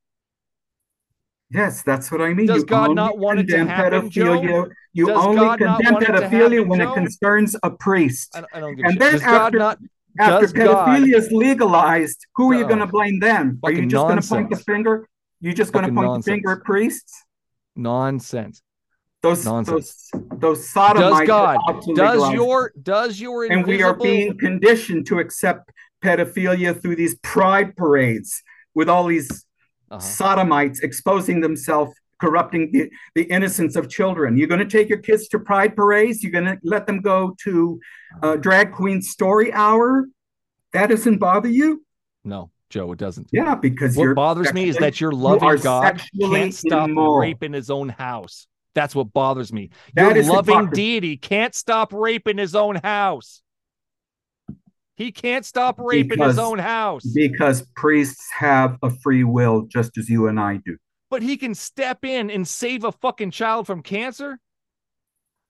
[SPEAKER 4] Yes, that's what I mean.
[SPEAKER 1] Does
[SPEAKER 4] You
[SPEAKER 1] God
[SPEAKER 4] only
[SPEAKER 1] not want it to
[SPEAKER 4] condemn
[SPEAKER 1] happen, Joe?
[SPEAKER 4] pedophilia- You
[SPEAKER 1] Does
[SPEAKER 4] only
[SPEAKER 1] God not
[SPEAKER 4] condemn
[SPEAKER 1] want it to
[SPEAKER 4] pedophilia
[SPEAKER 1] happen,
[SPEAKER 4] when it
[SPEAKER 1] Joe?
[SPEAKER 4] concerns a priest.
[SPEAKER 1] I don't, I don't give a
[SPEAKER 4] And
[SPEAKER 1] shit.
[SPEAKER 4] then
[SPEAKER 1] Does
[SPEAKER 4] after-
[SPEAKER 1] God not?
[SPEAKER 4] After
[SPEAKER 1] does God-
[SPEAKER 4] pedophilia is legalized, who are you
[SPEAKER 1] Oh,
[SPEAKER 4] going to blame them? Are you
[SPEAKER 1] fucking
[SPEAKER 4] just going to point the
[SPEAKER 1] nonsense.
[SPEAKER 4] finger? You're just going to
[SPEAKER 1] Fucking
[SPEAKER 4] point the
[SPEAKER 1] nonsense.
[SPEAKER 4] finger at priests?
[SPEAKER 1] Nonsense.
[SPEAKER 4] Those
[SPEAKER 1] Nonsense.
[SPEAKER 4] those those sodomites
[SPEAKER 1] Does
[SPEAKER 4] are
[SPEAKER 1] God?
[SPEAKER 4] ought to
[SPEAKER 1] Does
[SPEAKER 4] legalize.
[SPEAKER 1] your does your
[SPEAKER 4] and we are
[SPEAKER 1] invisible-
[SPEAKER 4] being conditioned to accept pedophilia through these pride parades with all these
[SPEAKER 1] Uh-huh.
[SPEAKER 4] sodomites exposing themselves corrupting the, the innocence of children you're going to take your kids to pride parades you're going to let them go to
[SPEAKER 1] Uh-huh.
[SPEAKER 4] uh, drag queen story hour that doesn't bother you
[SPEAKER 1] No, Joe, it doesn't.
[SPEAKER 4] yeah because
[SPEAKER 1] What
[SPEAKER 4] you're
[SPEAKER 1] bothers me is
[SPEAKER 4] sexually-
[SPEAKER 1] that your
[SPEAKER 4] are
[SPEAKER 1] loving God
[SPEAKER 4] sexually
[SPEAKER 1] can't stop
[SPEAKER 4] immoral.
[SPEAKER 1] rape in his own house. That's what bothers me.
[SPEAKER 4] That
[SPEAKER 1] your
[SPEAKER 4] is
[SPEAKER 1] loving
[SPEAKER 4] hypocrisy.
[SPEAKER 1] deity can't stop rape in his own house. He can't stop rape in his
[SPEAKER 4] Because-
[SPEAKER 1] own house.
[SPEAKER 4] because priests have a free will just as you and i do
[SPEAKER 1] But he can step in and save a fucking child from cancer.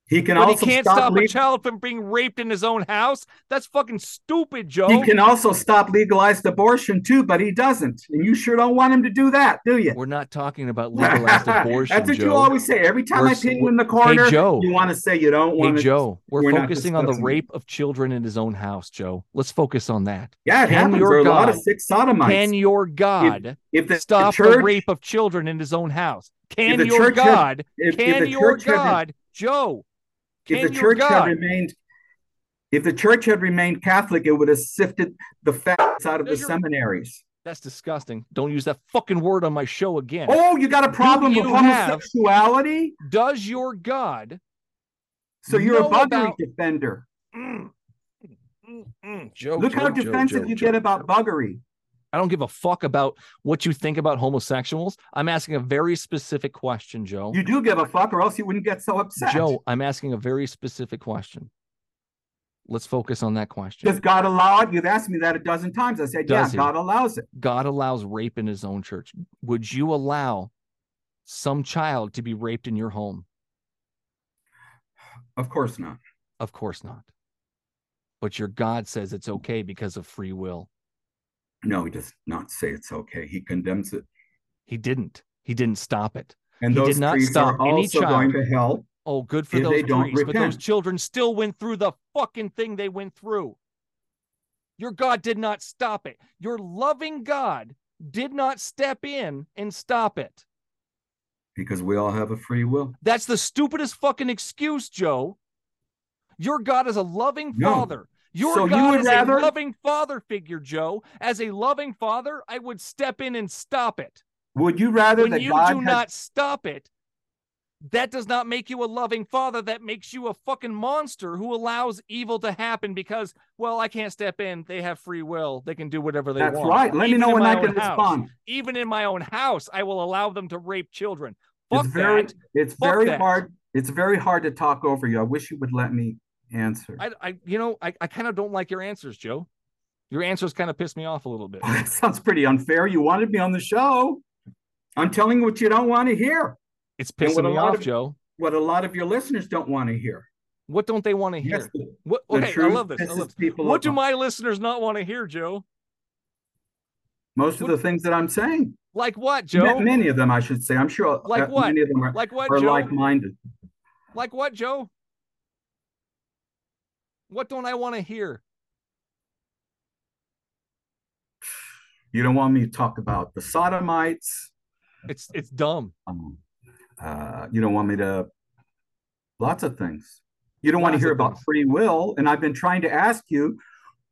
[SPEAKER 4] he can
[SPEAKER 1] but he
[SPEAKER 4] also
[SPEAKER 1] can't
[SPEAKER 4] stop,
[SPEAKER 1] stop a
[SPEAKER 4] le-
[SPEAKER 1] child from being raped in his own house. That's fucking stupid, Joe.
[SPEAKER 4] he can also stop legalized abortion too but he doesn't and you sure don't want him to do that do you
[SPEAKER 1] We're not talking about legalized abortion,
[SPEAKER 4] That's what
[SPEAKER 1] Joe.
[SPEAKER 4] you always say. Every time
[SPEAKER 1] We're
[SPEAKER 4] I
[SPEAKER 1] s-
[SPEAKER 4] pin you in the corner,
[SPEAKER 1] Joe.
[SPEAKER 4] you want to say you don't
[SPEAKER 1] Hey
[SPEAKER 4] want to.
[SPEAKER 1] Joe, we're,
[SPEAKER 4] we're not
[SPEAKER 1] focusing on the
[SPEAKER 4] discussing it.
[SPEAKER 1] rape of children in his own house, Joe. Let's focus on that.
[SPEAKER 4] Yeah, it
[SPEAKER 1] Can
[SPEAKER 4] happens.
[SPEAKER 1] your
[SPEAKER 4] There are a lot of
[SPEAKER 1] God-
[SPEAKER 4] sick sodomites.
[SPEAKER 1] Can your God
[SPEAKER 4] if the,
[SPEAKER 1] stop
[SPEAKER 4] the church,
[SPEAKER 1] the rape of children in his own house? Can
[SPEAKER 4] the
[SPEAKER 1] your
[SPEAKER 4] church had-
[SPEAKER 1] God?
[SPEAKER 4] if, if
[SPEAKER 1] can
[SPEAKER 4] the
[SPEAKER 1] your
[SPEAKER 4] church had,
[SPEAKER 1] God, Joe? Can
[SPEAKER 4] if the
[SPEAKER 1] your
[SPEAKER 4] church had
[SPEAKER 1] God?
[SPEAKER 4] remained, if the church had remained Catholic, it would have sifted the facts out of the
[SPEAKER 1] Does your-
[SPEAKER 4] seminaries.
[SPEAKER 1] That's disgusting. Don't use that fucking word on my show again.
[SPEAKER 4] Oh, you got a problem with
[SPEAKER 1] you have-
[SPEAKER 4] homosexuality?
[SPEAKER 1] Does your God?
[SPEAKER 4] So you're
[SPEAKER 1] know
[SPEAKER 4] a boundary
[SPEAKER 1] about-
[SPEAKER 4] defender.
[SPEAKER 1] Mm, mm, mm, Joe,
[SPEAKER 4] Look
[SPEAKER 1] Joe,
[SPEAKER 4] how
[SPEAKER 1] Joe,
[SPEAKER 4] defensive
[SPEAKER 1] Joe,
[SPEAKER 4] you
[SPEAKER 1] Joe,
[SPEAKER 4] get about
[SPEAKER 1] Joe.
[SPEAKER 4] buggery.
[SPEAKER 1] I don't give a fuck about what you think about homosexuals. I'm asking a very specific question, Joe.
[SPEAKER 4] You do give a fuck, or else you wouldn't get so upset.
[SPEAKER 1] Joe, I'm asking a very specific question. Let's focus on that question.
[SPEAKER 4] Does God allow it? You've asked me that a dozen times. I said,
[SPEAKER 1] Does
[SPEAKER 4] yeah,
[SPEAKER 1] he?
[SPEAKER 4] God allows it.
[SPEAKER 1] God allows rape in his own church. Would you allow some child to be raped in your home?
[SPEAKER 4] Of course not.
[SPEAKER 1] Of course not. But your God says it's okay because of free will.
[SPEAKER 4] No, he does not say it's okay. He condemns it.
[SPEAKER 1] He didn't. He didn't stop it.
[SPEAKER 4] And
[SPEAKER 1] He did
[SPEAKER 4] those
[SPEAKER 1] not
[SPEAKER 4] priests
[SPEAKER 1] stop
[SPEAKER 4] are
[SPEAKER 1] any
[SPEAKER 4] also
[SPEAKER 1] child.
[SPEAKER 4] going to hell.
[SPEAKER 1] Oh, good for
[SPEAKER 4] If
[SPEAKER 1] those
[SPEAKER 4] they don't
[SPEAKER 1] priests, but those
[SPEAKER 4] repent.
[SPEAKER 1] children still went through the fucking thing they went through. Your God did not stop it. Your loving God did not step in and stop it.
[SPEAKER 4] Because we all have a free will.
[SPEAKER 1] That's the stupidest fucking excuse, Joe. Your God is a loving
[SPEAKER 4] No.
[SPEAKER 1] father. Your
[SPEAKER 4] So you
[SPEAKER 1] God
[SPEAKER 4] would
[SPEAKER 1] is
[SPEAKER 4] rather-
[SPEAKER 1] a loving father figure, Joe. As a loving father, I would step in and stop it.
[SPEAKER 4] Would you rather
[SPEAKER 1] When
[SPEAKER 4] that
[SPEAKER 1] you
[SPEAKER 4] God
[SPEAKER 1] do
[SPEAKER 4] had-
[SPEAKER 1] not stop it, that does not make you a loving father. That makes you a fucking monster who allows evil to happen because, well, I can't step in. They have free will. They can do whatever they
[SPEAKER 4] That's
[SPEAKER 1] want.
[SPEAKER 4] right. Let me
[SPEAKER 1] Even
[SPEAKER 4] know
[SPEAKER 1] in
[SPEAKER 4] when
[SPEAKER 1] my
[SPEAKER 4] I can
[SPEAKER 1] own house.
[SPEAKER 4] respond.
[SPEAKER 1] Even in my own house, I will allow them to rape children. Fuck
[SPEAKER 4] it's very
[SPEAKER 1] that.
[SPEAKER 4] it's
[SPEAKER 1] Fuck
[SPEAKER 4] very
[SPEAKER 1] that.
[SPEAKER 4] hard. It's very hard to talk over you. I wish you would let me answer.
[SPEAKER 1] I, I you know, I, I kind of don't like your answers, Joe. Your answers kind of piss me off a little bit.
[SPEAKER 4] that sounds pretty unfair. You wanted me on the show. I'm telling you what you don't want to hear.
[SPEAKER 1] It's
[SPEAKER 4] And what
[SPEAKER 1] pissing
[SPEAKER 4] a
[SPEAKER 1] me
[SPEAKER 4] lot
[SPEAKER 1] off,
[SPEAKER 4] of-
[SPEAKER 1] Joe.
[SPEAKER 4] What a lot of your listeners don't want to hear.
[SPEAKER 1] What don't they want to hear?
[SPEAKER 4] Yes, the,
[SPEAKER 1] what?
[SPEAKER 4] the
[SPEAKER 1] Okay, I
[SPEAKER 4] truth
[SPEAKER 1] love this. I
[SPEAKER 4] pisses
[SPEAKER 1] love this.
[SPEAKER 4] people
[SPEAKER 1] What do
[SPEAKER 4] off.
[SPEAKER 1] my listeners not want to hear, Joe?
[SPEAKER 4] most
[SPEAKER 1] what-
[SPEAKER 4] of the things that I'm saying.
[SPEAKER 1] Like what,
[SPEAKER 4] Ma-
[SPEAKER 1] Joe?
[SPEAKER 4] Many of them, I should say. I'm sure
[SPEAKER 1] Like
[SPEAKER 4] that
[SPEAKER 1] what?
[SPEAKER 4] many of them are,
[SPEAKER 1] Like what,
[SPEAKER 4] are
[SPEAKER 1] Joe?
[SPEAKER 4] like-minded.
[SPEAKER 1] Like what, Joe? What don't I want to hear?
[SPEAKER 4] You don't want me to talk about the sodomites.
[SPEAKER 1] It's it's dumb.
[SPEAKER 4] Um, uh, you don't want me to lots of things. You don't want to
[SPEAKER 1] Lots
[SPEAKER 4] hear
[SPEAKER 1] of
[SPEAKER 4] about
[SPEAKER 1] things.
[SPEAKER 4] free will. And I've been trying to ask you,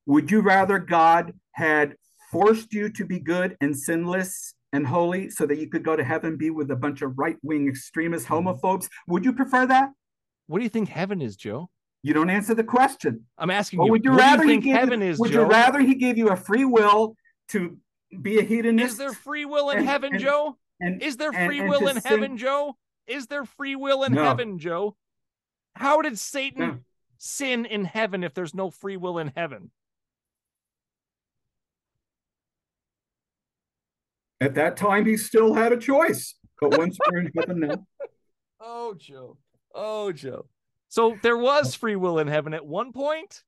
[SPEAKER 4] would you rather God had forced you to be good and sinless and holy so that you could go to heaven and be with a bunch of right-wing extremist
[SPEAKER 1] Mm-hmm.
[SPEAKER 4] homophobes? Would you prefer that?
[SPEAKER 1] What do you think heaven is, Joe?
[SPEAKER 4] You don't answer the question.
[SPEAKER 1] I'm asking
[SPEAKER 4] Well,
[SPEAKER 1] you.
[SPEAKER 4] would you
[SPEAKER 1] what
[SPEAKER 4] rather
[SPEAKER 1] do you think
[SPEAKER 4] he gave
[SPEAKER 1] heaven
[SPEAKER 4] you,
[SPEAKER 1] is,
[SPEAKER 4] Would
[SPEAKER 1] Joe?
[SPEAKER 4] you rather he gave you a free will to be a hedonist?
[SPEAKER 1] Is there free will in
[SPEAKER 4] and-
[SPEAKER 1] heaven,
[SPEAKER 4] and-
[SPEAKER 1] Joe?
[SPEAKER 4] and
[SPEAKER 1] Is there
[SPEAKER 4] and-
[SPEAKER 1] free
[SPEAKER 4] and
[SPEAKER 1] will
[SPEAKER 4] to
[SPEAKER 1] in
[SPEAKER 4] sin-
[SPEAKER 1] heaven, Joe? Is there free will in
[SPEAKER 4] No.
[SPEAKER 1] heaven, Joe? How did Satan
[SPEAKER 4] No.
[SPEAKER 1] sin in heaven if there's no free will in heaven?
[SPEAKER 4] at that time he still had a choice? But once we're in heaven now,
[SPEAKER 1] Oh, Joe. Oh, Joe. So there was free will in heaven at one point.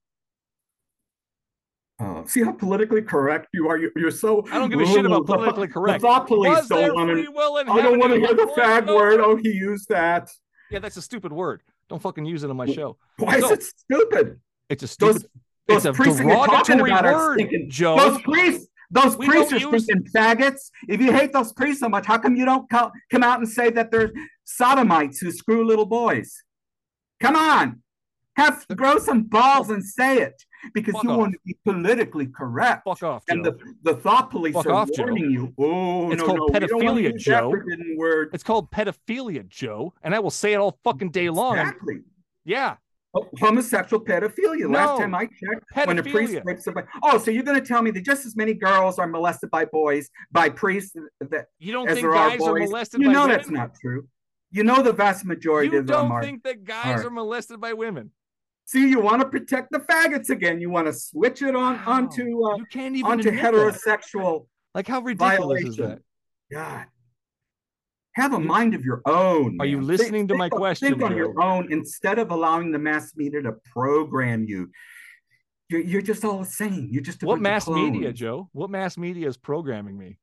[SPEAKER 4] Uh, see how politically correct you are. You, are so.
[SPEAKER 1] I don't give a shit about
[SPEAKER 4] The-
[SPEAKER 1] politically correct.
[SPEAKER 4] The thought police
[SPEAKER 1] Was there
[SPEAKER 4] don't want
[SPEAKER 1] free
[SPEAKER 4] to.
[SPEAKER 1] will in
[SPEAKER 4] I don't
[SPEAKER 1] heaven?
[SPEAKER 4] want to
[SPEAKER 1] Am
[SPEAKER 4] hear the
[SPEAKER 1] wrong?
[SPEAKER 4] fag
[SPEAKER 1] No.
[SPEAKER 4] word. Oh, he used that.
[SPEAKER 1] Yeah, that's a stupid word. Don't fucking use it on my show.
[SPEAKER 4] Why is
[SPEAKER 1] So-
[SPEAKER 4] it stupid?
[SPEAKER 1] It's a
[SPEAKER 4] Those,
[SPEAKER 1] stupid. it's
[SPEAKER 4] those
[SPEAKER 1] a
[SPEAKER 4] priests that you're talking
[SPEAKER 1] derogatory
[SPEAKER 4] about are
[SPEAKER 1] word,
[SPEAKER 4] stinking.
[SPEAKER 1] Joe.
[SPEAKER 4] Those priests, those
[SPEAKER 1] We
[SPEAKER 4] priests are
[SPEAKER 1] don't use-
[SPEAKER 4] stinking faggots. If you hate those priests so much, how come you don't co- come out and say that they're sodomites who screw little boys? Come on, have grow some balls and say it because
[SPEAKER 1] Fuck
[SPEAKER 4] you
[SPEAKER 1] off.
[SPEAKER 4] want to be politically correct.
[SPEAKER 1] Fuck off, Joe.
[SPEAKER 4] And the, the thought police
[SPEAKER 1] Fuck
[SPEAKER 4] are
[SPEAKER 1] off, Joe.
[SPEAKER 4] warning you. Oh,
[SPEAKER 1] It's
[SPEAKER 4] no,
[SPEAKER 1] called
[SPEAKER 4] no, we don't wanna
[SPEAKER 1] pedophilia,
[SPEAKER 4] use
[SPEAKER 1] Joe.
[SPEAKER 4] That forbidden word.
[SPEAKER 1] it's called pedophilia, Joe, and I will say it all fucking day long.
[SPEAKER 4] Exactly.
[SPEAKER 1] Yeah,
[SPEAKER 4] Oh, homosexual pedophilia.
[SPEAKER 1] No.
[SPEAKER 4] Last time I checked, when a priest
[SPEAKER 1] pedophilia.
[SPEAKER 4] rapes somebody. Oh, so you're going to tell me that just as many girls are molested by boys by priests that,
[SPEAKER 1] You don't
[SPEAKER 4] as
[SPEAKER 1] think
[SPEAKER 4] there are
[SPEAKER 1] guys are
[SPEAKER 4] boys?
[SPEAKER 1] molested
[SPEAKER 4] you
[SPEAKER 1] by
[SPEAKER 4] know
[SPEAKER 1] women?
[SPEAKER 4] that's not true. You know the vast majority
[SPEAKER 1] you
[SPEAKER 4] of them
[SPEAKER 1] don't
[SPEAKER 4] are.
[SPEAKER 1] think that guys
[SPEAKER 4] are.
[SPEAKER 1] are molested by women?
[SPEAKER 4] See, you want to protect the faggots again. You want to switch it on
[SPEAKER 1] Wow.
[SPEAKER 4] onto uh,
[SPEAKER 1] You can't even
[SPEAKER 4] onto
[SPEAKER 1] admit that.
[SPEAKER 4] heterosexual.
[SPEAKER 1] Like how ridiculous is
[SPEAKER 4] violation.
[SPEAKER 1] that?
[SPEAKER 4] God, have a mind of your own.
[SPEAKER 1] Are you
[SPEAKER 4] man.
[SPEAKER 1] listening to my
[SPEAKER 4] on-
[SPEAKER 1] question,
[SPEAKER 4] Think on your
[SPEAKER 1] Joe?
[SPEAKER 4] own instead of allowing the mass media to program you. You're, you're just all the same. You're just a
[SPEAKER 1] What
[SPEAKER 4] bunch
[SPEAKER 1] mass
[SPEAKER 4] of
[SPEAKER 1] media,
[SPEAKER 4] clones.
[SPEAKER 1] Joe? What mass media is programming me?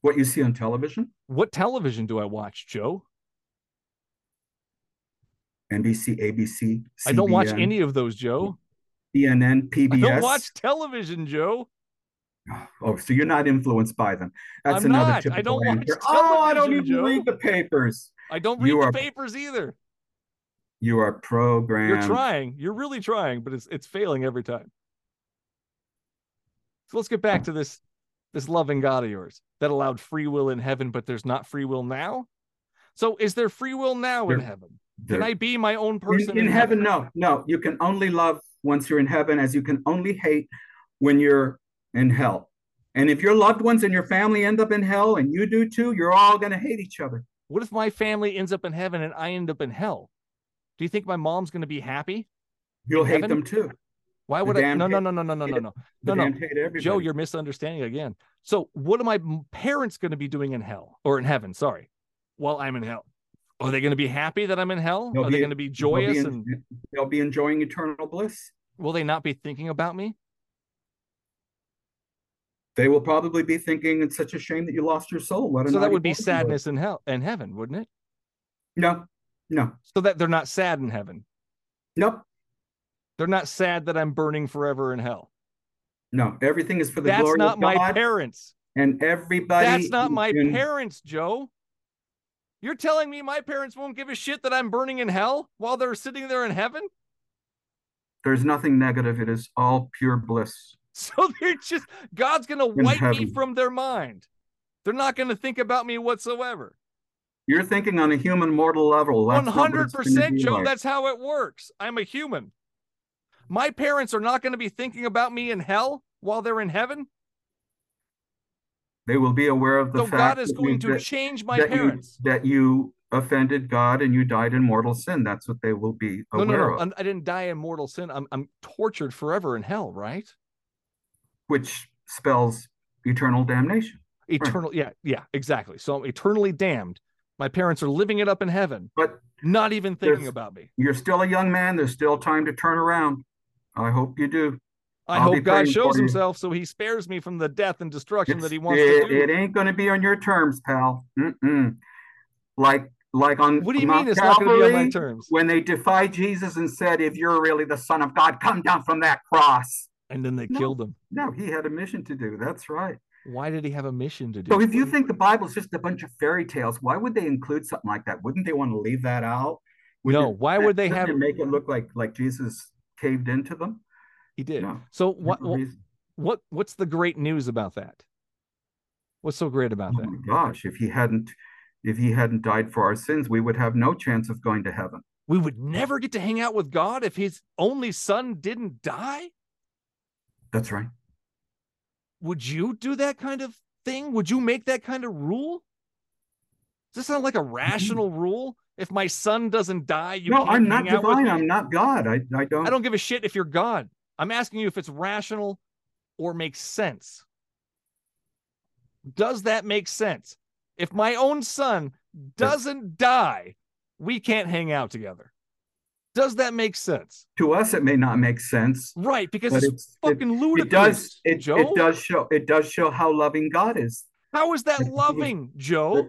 [SPEAKER 4] What you see on television,
[SPEAKER 1] What television do I watch, Joe?
[SPEAKER 4] NBC, ABC, CBN,
[SPEAKER 1] I don't watch any of those, Joe.
[SPEAKER 4] CNN, PBS.
[SPEAKER 1] I don't watch television, Joe.
[SPEAKER 4] Oh, so you're not influenced by them. That's
[SPEAKER 1] I'm
[SPEAKER 4] another
[SPEAKER 1] not. I
[SPEAKER 4] typical
[SPEAKER 1] don't watch
[SPEAKER 4] answer. Oh, I don't even
[SPEAKER 1] television, Joe.
[SPEAKER 4] read the papers.
[SPEAKER 1] I don't read
[SPEAKER 4] You
[SPEAKER 1] the
[SPEAKER 4] are-
[SPEAKER 1] papers either.
[SPEAKER 4] You are programmed.
[SPEAKER 1] You're trying. You're really trying, but it's it's failing every time. So let's get back to this this loving God of yours that allowed free will in heaven, but there's not free will now. So is there free will now in
[SPEAKER 4] There-
[SPEAKER 1] heaven?
[SPEAKER 4] They're-
[SPEAKER 1] Can I be my own
[SPEAKER 4] In-
[SPEAKER 1] person
[SPEAKER 4] in, heaven no no you can only love once you're in heaven as you can only hate when you're in hell and if your loved ones and your family end up in hell and you do too you're all going to hate each other
[SPEAKER 1] What if my family ends up in heaven and I end up in hell? Do you think my mom's going to be happy?
[SPEAKER 4] you'll hate
[SPEAKER 1] Heaven?
[SPEAKER 4] them too
[SPEAKER 1] Why
[SPEAKER 4] The
[SPEAKER 1] would I?
[SPEAKER 4] damned
[SPEAKER 1] No, no,
[SPEAKER 4] hate-
[SPEAKER 1] no, no, no, no, no,
[SPEAKER 4] hate-
[SPEAKER 1] no, no,
[SPEAKER 4] The
[SPEAKER 1] no.
[SPEAKER 4] damned hate everybody.
[SPEAKER 1] Joe, you're misunderstanding again. So, what are my m- parents going to be doing in hell or in heaven? Sorry, while I'm in hell, are they going to be happy that I'm in hell?
[SPEAKER 4] They'll
[SPEAKER 1] are they
[SPEAKER 4] be-
[SPEAKER 1] going to be
[SPEAKER 4] They'll be
[SPEAKER 1] joyous
[SPEAKER 4] en-
[SPEAKER 1] and
[SPEAKER 4] they'll be enjoying eternal bliss
[SPEAKER 1] will they not be thinking about me?
[SPEAKER 4] they will probably be thinking it's such a shame that you lost your soul what a
[SPEAKER 1] So that
[SPEAKER 4] naughty
[SPEAKER 1] would be
[SPEAKER 4] boy you were."
[SPEAKER 1] sadness in hell in heaven, wouldn't it?
[SPEAKER 4] no no
[SPEAKER 1] So that they're not sad in heaven.
[SPEAKER 4] nope
[SPEAKER 1] They're not sad that I'm burning forever in hell.
[SPEAKER 4] no everything is for the
[SPEAKER 1] That's
[SPEAKER 4] glory
[SPEAKER 1] not
[SPEAKER 4] of
[SPEAKER 1] my
[SPEAKER 4] god
[SPEAKER 1] parents.
[SPEAKER 4] and everybody
[SPEAKER 1] That's not my
[SPEAKER 4] in-
[SPEAKER 1] parents, Joe. You're telling me my parents won't give a shit that I'm burning in hell while they're sitting there in heaven?
[SPEAKER 4] there's nothing negative it is all pure bliss
[SPEAKER 1] So they're just God's gonna
[SPEAKER 4] In
[SPEAKER 1] wipe me
[SPEAKER 4] heaven.
[SPEAKER 1] from their mind. They're not gonna think about me whatsoever.
[SPEAKER 4] You're thinking on a human mortal level. That's
[SPEAKER 1] One
[SPEAKER 4] not what
[SPEAKER 1] hundred
[SPEAKER 4] it's gonna
[SPEAKER 1] percent,
[SPEAKER 4] be
[SPEAKER 1] Joe.
[SPEAKER 4] like.
[SPEAKER 1] That's how it works. I'm a human. My parents are not gonna be thinking about me in hell while they're in heaven.
[SPEAKER 4] They will be aware of the
[SPEAKER 1] So
[SPEAKER 4] fact
[SPEAKER 1] God is
[SPEAKER 4] that
[SPEAKER 1] going
[SPEAKER 4] you,
[SPEAKER 1] to
[SPEAKER 4] that,
[SPEAKER 1] change my
[SPEAKER 4] that you,
[SPEAKER 1] parents.
[SPEAKER 4] that you offended God and you died in mortal sin. That's what they will be
[SPEAKER 1] No, no,
[SPEAKER 4] aware
[SPEAKER 1] no.
[SPEAKER 4] of.
[SPEAKER 1] I'm, I didn't die in mortal sin. I'm I'm tortured forever in hell, right?
[SPEAKER 4] which spells eternal damnation.
[SPEAKER 1] Eternal. Yeah, yeah, exactly. So I'm eternally damned. My parents are living it up in heaven,
[SPEAKER 4] But
[SPEAKER 1] not even thinking
[SPEAKER 4] There's-
[SPEAKER 1] about me.
[SPEAKER 4] you're still a young man. There's still time to turn around. I hope you do.
[SPEAKER 1] I
[SPEAKER 4] I'll be
[SPEAKER 1] hope God
[SPEAKER 4] praying
[SPEAKER 1] shows
[SPEAKER 4] for you.
[SPEAKER 1] himself so he spares me from the death and destruction that
[SPEAKER 4] It's-
[SPEAKER 1] he wants
[SPEAKER 4] it,
[SPEAKER 1] to do.
[SPEAKER 4] it ain't going to be on your terms, pal. Mm-mm. Like, like on
[SPEAKER 1] what do you
[SPEAKER 4] Mount
[SPEAKER 1] mean it's not going to be on my
[SPEAKER 4] Calvary,
[SPEAKER 1] terms?
[SPEAKER 4] when they defied Jesus and said, If you're really the Son of God, come down from that cross.
[SPEAKER 1] And then they
[SPEAKER 4] No.
[SPEAKER 1] killed him.
[SPEAKER 4] No, he had a mission to do. That's right.
[SPEAKER 1] Why did he have a mission to do?
[SPEAKER 4] So if you think the Bible's just a bunch of fairy tales, why would they include something like that? Wouldn't they want to leave that out? Wouldn't
[SPEAKER 1] no,
[SPEAKER 4] it-
[SPEAKER 1] why would they have?
[SPEAKER 4] wouldn't it make it look like like Jesus caved into them?
[SPEAKER 1] He did.
[SPEAKER 4] No.
[SPEAKER 1] So what?
[SPEAKER 4] No
[SPEAKER 1] What?
[SPEAKER 4] reason.
[SPEAKER 1] What? What's the great news about that? What's so great about
[SPEAKER 4] Oh
[SPEAKER 1] that?
[SPEAKER 4] my gosh, if he hadn't if he hadn't died for our sins, we would have no chance of going to heaven.
[SPEAKER 1] We would never get to hang out with God if His only Son didn't die.
[SPEAKER 4] That's right.
[SPEAKER 1] Would you do that kind of thing? Would you make that kind of rule? Does this sound like a rational rule? If my son doesn't die, you
[SPEAKER 4] no,
[SPEAKER 1] can't
[SPEAKER 4] I'm not
[SPEAKER 1] hang out with
[SPEAKER 4] divine. I'm not God. I, I don't
[SPEAKER 1] I don't give a shit if you're God. I'm asking you if it's rational or makes sense. Does that make sense? If my own son doesn't die, we can't hang out together. Does that make sense?
[SPEAKER 4] To us, it may not make sense,
[SPEAKER 1] Right, because
[SPEAKER 4] but
[SPEAKER 1] it's,
[SPEAKER 4] it's, it,
[SPEAKER 1] fucking ludicrous.
[SPEAKER 4] it does it,
[SPEAKER 1] Joe.
[SPEAKER 4] it does show it does show how loving God is
[SPEAKER 1] How is that loving, Joe?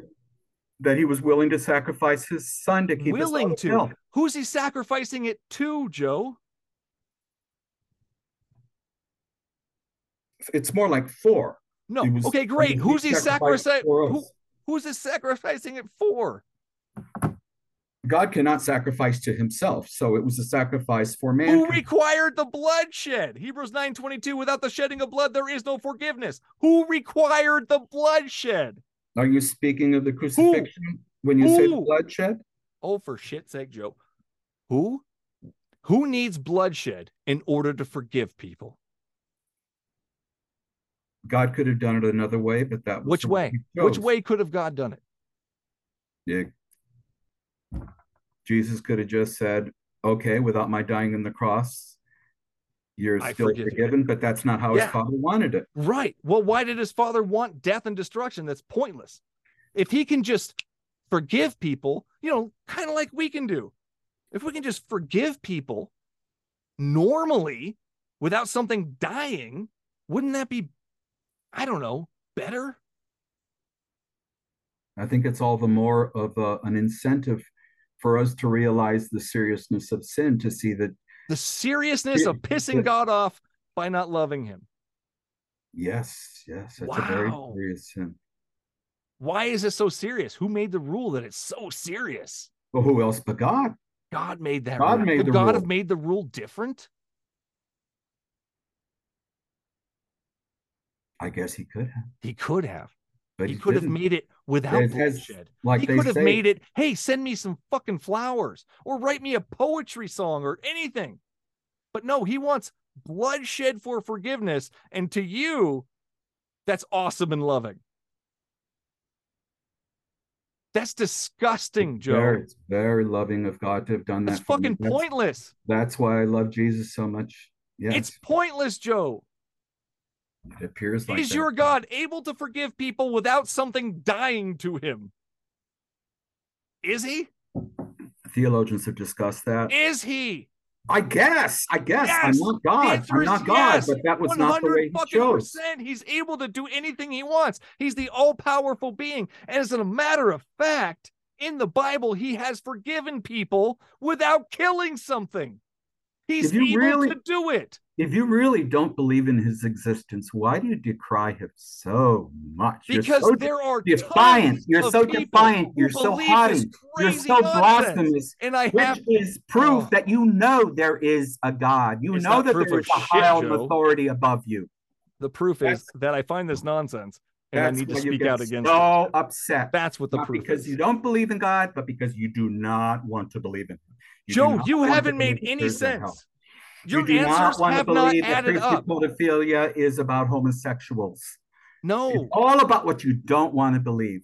[SPEAKER 4] that He was willing to sacrifice His Son to keep us out
[SPEAKER 1] Willing
[SPEAKER 4] of
[SPEAKER 1] to.
[SPEAKER 4] hell.
[SPEAKER 1] Who's he sacrificing it to, Joe?
[SPEAKER 4] It's more like four.
[SPEAKER 1] No.
[SPEAKER 4] He was-
[SPEAKER 1] okay, great.
[SPEAKER 4] he
[SPEAKER 1] Who's he
[SPEAKER 4] sacrificed
[SPEAKER 1] sacrificing?
[SPEAKER 4] for us.
[SPEAKER 1] Who, who's he sacrificing it for?
[SPEAKER 4] God cannot sacrifice to Himself, so it was a sacrifice for man.
[SPEAKER 1] Who required the bloodshed? Hebrews 9:22 without the shedding of blood there is no forgiveness. Who required the bloodshed?
[SPEAKER 4] Are you speaking of the crucifixion when you say the
[SPEAKER 1] Who?
[SPEAKER 4] bloodshed?
[SPEAKER 1] Oh for shit's sake, Joe. Who? Who needs bloodshed in order to forgive people?
[SPEAKER 4] God could have done it another way, but that was
[SPEAKER 1] Which
[SPEAKER 4] the
[SPEAKER 1] way?
[SPEAKER 4] He
[SPEAKER 1] Which
[SPEAKER 4] chose.
[SPEAKER 1] way could have God done it?
[SPEAKER 4] Dick. Jesus could have just said, "Okay, without my dying on the cross, you're
[SPEAKER 1] I
[SPEAKER 4] still
[SPEAKER 1] forgive you."
[SPEAKER 4] forgiven." But that's not how
[SPEAKER 1] Yeah.
[SPEAKER 4] his father wanted it.
[SPEAKER 1] Right. Well, why did his father want death and destruction? That's pointless. If he can just forgive people, you know, kind of like we can do. If we can just forgive people normally without something dying, wouldn't that be, I don't know, better?
[SPEAKER 4] I think it's all the more of a, an incentive for us to realize the seriousness of sin, to see that
[SPEAKER 1] The seriousness of pissing God off by not loving him.
[SPEAKER 4] yes, yes, it's a very
[SPEAKER 1] Wow.
[SPEAKER 4] serious sin.
[SPEAKER 1] Why is it so serious? Who made the rule that it's so serious?
[SPEAKER 4] But who else but God?
[SPEAKER 1] God made that
[SPEAKER 4] God
[SPEAKER 1] rule.
[SPEAKER 4] made
[SPEAKER 1] Could
[SPEAKER 4] the
[SPEAKER 1] God
[SPEAKER 4] rule.
[SPEAKER 1] have made the rule different?
[SPEAKER 4] I guess He could have,
[SPEAKER 1] He could have.
[SPEAKER 4] but
[SPEAKER 1] he
[SPEAKER 4] he
[SPEAKER 1] could have
[SPEAKER 4] didn't.
[SPEAKER 1] made it without
[SPEAKER 4] It has-
[SPEAKER 1] bloodshed.
[SPEAKER 4] like
[SPEAKER 1] he
[SPEAKER 4] they
[SPEAKER 1] could have
[SPEAKER 4] say,
[SPEAKER 1] made it, hey, send me some fucking flowers or write me a poetry song or anything. But no, he wants bloodshed for forgiveness. And to you, that's awesome and loving. That's disgusting, Joe.
[SPEAKER 4] Very, it's very loving of God to have done
[SPEAKER 1] that's
[SPEAKER 4] that. for me.
[SPEAKER 1] fucking
[SPEAKER 4] That's-
[SPEAKER 1] pointless.
[SPEAKER 4] That's why I love Jesus so much. Yes,
[SPEAKER 1] It's pointless, Joe.
[SPEAKER 4] it appears like
[SPEAKER 1] Is
[SPEAKER 4] that.
[SPEAKER 1] your God able to forgive people without something dying to him? Is he?
[SPEAKER 4] Theologians have discussed that.
[SPEAKER 1] Is he?
[SPEAKER 4] I guess. I guess
[SPEAKER 1] Yes,
[SPEAKER 4] I'm not God.
[SPEAKER 1] answer
[SPEAKER 4] I'm
[SPEAKER 1] is
[SPEAKER 4] not God.
[SPEAKER 1] yes.
[SPEAKER 4] But that was not the way he
[SPEAKER 1] fucking
[SPEAKER 4] chose.
[SPEAKER 1] percent. He's able to do anything he wants. He's the all-powerful being, and as a matter of fact, in the Bible, he has forgiven people without killing something. He's
[SPEAKER 4] If you
[SPEAKER 1] able
[SPEAKER 4] really-
[SPEAKER 1] to do it.
[SPEAKER 4] If you really don't believe in his existence, why do you decry him so much?
[SPEAKER 1] Because
[SPEAKER 4] you're so
[SPEAKER 1] there are
[SPEAKER 4] defiant.
[SPEAKER 1] tons
[SPEAKER 4] You're
[SPEAKER 1] of
[SPEAKER 4] so
[SPEAKER 1] people
[SPEAKER 4] defiant.
[SPEAKER 1] who
[SPEAKER 4] You're so
[SPEAKER 1] believe
[SPEAKER 4] haughty.
[SPEAKER 1] this
[SPEAKER 4] you're
[SPEAKER 1] crazy
[SPEAKER 4] so
[SPEAKER 1] nonsense.
[SPEAKER 4] blasphemous,
[SPEAKER 1] And I
[SPEAKER 4] which
[SPEAKER 1] have
[SPEAKER 4] is proof
[SPEAKER 1] Oh.
[SPEAKER 4] that you know there is a God. You
[SPEAKER 1] It's
[SPEAKER 4] know
[SPEAKER 1] not
[SPEAKER 4] that
[SPEAKER 1] proof
[SPEAKER 4] there
[SPEAKER 1] of
[SPEAKER 4] is a
[SPEAKER 1] shit,
[SPEAKER 4] high
[SPEAKER 1] Joe.
[SPEAKER 4] authority above you.
[SPEAKER 1] the proof is
[SPEAKER 4] That's-
[SPEAKER 1] that I find this nonsense and I
[SPEAKER 4] That's
[SPEAKER 1] need to
[SPEAKER 4] why you
[SPEAKER 1] speak
[SPEAKER 4] get
[SPEAKER 1] out against it.
[SPEAKER 4] so upset.
[SPEAKER 1] That's what the
[SPEAKER 4] Not
[SPEAKER 1] proof
[SPEAKER 4] because
[SPEAKER 1] is.
[SPEAKER 4] you don't believe in God, but because you do not want to believe in Him. do
[SPEAKER 1] Joe,
[SPEAKER 4] not
[SPEAKER 1] you
[SPEAKER 4] want to
[SPEAKER 1] haven't
[SPEAKER 4] believe
[SPEAKER 1] made
[SPEAKER 4] that
[SPEAKER 1] any
[SPEAKER 4] there's a hell.
[SPEAKER 1] sense. Your
[SPEAKER 4] you do
[SPEAKER 1] answers
[SPEAKER 4] not want to
[SPEAKER 1] have not
[SPEAKER 4] believe that
[SPEAKER 1] added up.
[SPEAKER 4] priesthood is about homosexuals. It's
[SPEAKER 1] No,
[SPEAKER 4] all about what you don't want to believe.